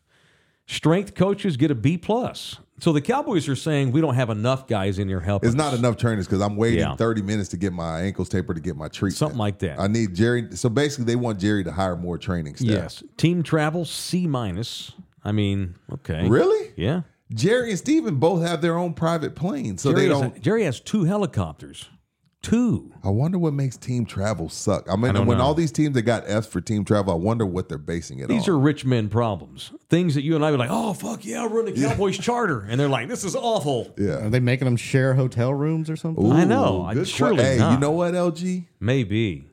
Strength coaches get a B plus. So the Cowboys are saying we don't have enough guys in here helping.
It's not
us."
enough trainers because I'm waiting
Yeah.
30 minutes to get my ankles tapered to get my treatment.
Something like that.
I need Jerry. So basically, they want Jerry to hire more training staff.
Yes. Team travel C minus. I mean, okay.
Really?
Yeah.
Jerry and Steven both have their own private planes, so
Jerry,
they
has,
don't.
Jerry has two helicopters. Two.
I wonder what makes team travel suck. I mean,
don't
when
know.
all these teams that got F's for team travel, I wonder what they're basing it
These
on.
are rich men problems. Things that you and I were like, oh fuck yeah, we're in the Cowboys charter, and they're like, this is awful.
Are
yeah.
they making them share hotel rooms or something?
I know. I-
good
surely
que- Hey,
not.
you know what, LG?
Maybe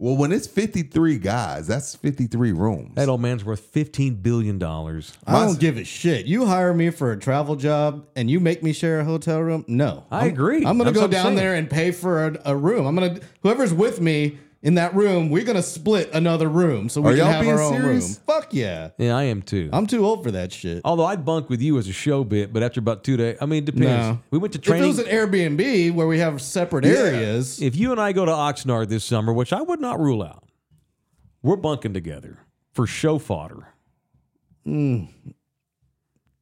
Well, when it's 53 guys, that's 53 rooms.
that old man's worth fifteen billion dollars.
I don't give a shit. You hire me for a travel job and you make me share a hotel room? No.
I
I'm-
agree.
I'm
That's
going to go
what I'm
down
saying.
there and pay for a, a room. I'm going to, whoever's with me in that room, we're going to split another room so
Are
we can
y'all
have
being
our own
serious?
room. Fuck yeah.
Yeah, I am too.
I'm too old for that shit.
Although I'd bunk with you as a show bit, but after about two days, I mean, it depends.
No.
We went to
if it
training.
was an Airbnb where we have separate
Yeah.
areas,
if you and I go to Oxnard this summer, which I would not rule out, we're bunking together for show fodder.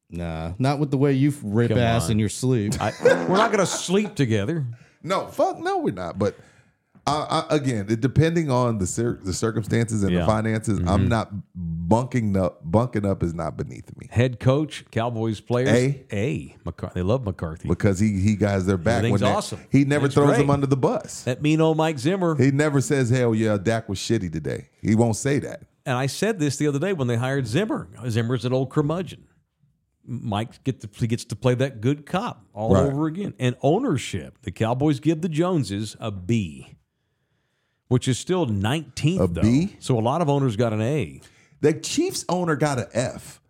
nah, not with the way you rip
Come
ass
on.
in your sleep.
I, we're not going to sleep together.
no, fuck, no, we're not. But I, I, again, it, depending on the cir- the circumstances and
Yeah. Mm-hmm.
the finances, I'm not bunking up. Bunking up is not beneath me
Head coach, Cowboys players.
A.
A. McCar- they love McCarthy.
because he he guys their back.
Everything's
when they-
awesome.
He never
That's
throws
great.
them under the bus.
that mean old Mike Zimmer.
He never says, "Hell yeah, Dak was shitty today." He won't say that.
and I said this the other day when they hired Zimmer. Zimmer's an old curmudgeon. Mike get to, he gets to play that good cop all
Right.
over again. And ownership, the Cowboys give the Joneses a B, which is still 19th,
A
though.
B?
So a lot of owners got an A.
The Chiefs owner got an F.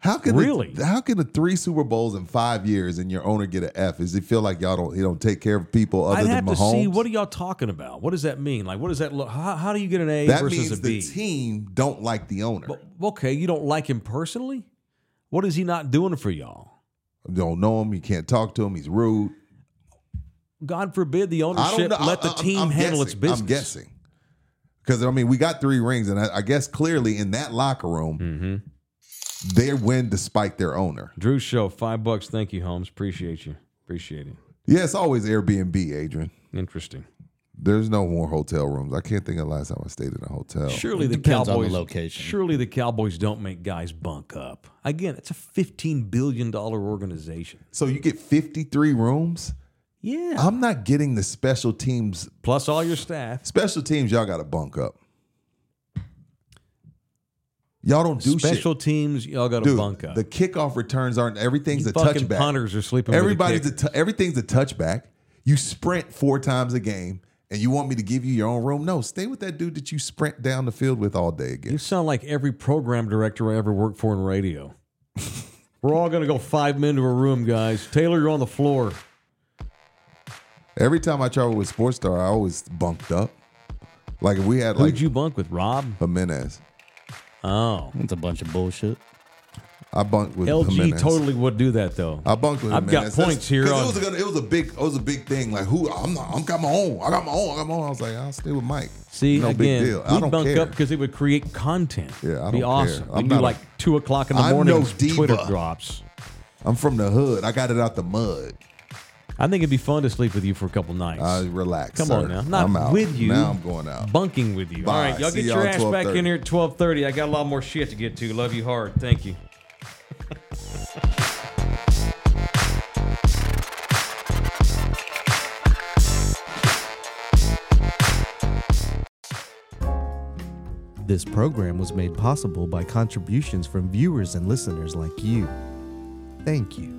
How can the-
Really?
how can the three Super Bowls in five years and your owner get an F? Does he feel like y'all don't he don't take care of people other
I'd
than
have to
Mahomes?
see what are y'all talking about? What does that mean? Like, what does that look? How, how do you get an A
that
versus
means
a B?
the team don't like the owner.
okay, you don't like him personally. What is he not doing for y'all?
don't know him. You can't talk to him. He's rude.
God forbid the
I don't
ownership
know. I-
let the
I-
team
I'm
handle its
guessing.
business.
I'm guessing because I mean we got three rings, and I, I guess clearly in that locker room
Mm-hmm.
they win despite their owner.
Drew Show, five bucks. Thank you, Holmes. Appreciate you. Appreciate it.
Yeah, it's always Airbnb, Adrian.
Interesting.
There's no more hotel rooms. I can't think of the last time I stayed in a hotel.
Surely the
depends on the
Cowboys.
location.
Surely the Cowboys don't make guys bunk up. Again, it's a fifteen billion dollar organization.
So you get 53 rooms.
Yeah.
I'm not getting the special teams.
Plus all your staff.
Special teams, y'all got to bunk up. Y'all don't do shit.
Special teams, y'all got to
Dude,
bunk up.
the kickoff returns aren't everything's
You
a
fucking
touchback.
punters are sleeping with the
Everybody's a
kicker.
t- everything's a touchback. You sprint four times a game, and you want me to give you your own room? No, stay with that dude that you sprint down the field with all day
You
again.
sound like every program director I ever worked for in
[LAUGHS]
radio. We're all going to go five men to a room, guys. Taylor, you're on the floor.
Every time I travel with Sports Star, I always bunked up. Like if we had like
Who'd you bunk with, Rob?
Jimenez,
Oh.
That's a bunch of bullshit.
I bunked with
LG
Jimenez.
totally would do that, though.
I bunked with
I've got
Jimenez.
points here
'cause
on-
It was, a good, it was a big, it was a big thing. Like who? I'm not. I'm got my own. I got my own. I got my own. I was like, I'll stay with Mike.
See,
no
again,
big deal. I
we
don't
bunk
care.
up because it would create content.
Yeah, I don't
Be
care.
awesome.
I'm
we do
not a-
like 2 o'clock in the
I'm
morning
no
Twitter
diva.
drops.
I'm from the hood. I got it out the mud.
I think it'd be fun to sleep with you for a couple nights.
I relax.
Come
sir.
on now. Not
I'm out.
with you.
Now I'm going out.
Bunking with you.
Bye.
All right, y'all
See
get
y'all
your
at
ass back
12:30.
in here at 1230. I got a lot more shit to get to. Love you hard. Thank you.
This program was made possible by contributions from viewers and listeners like you. Thank you.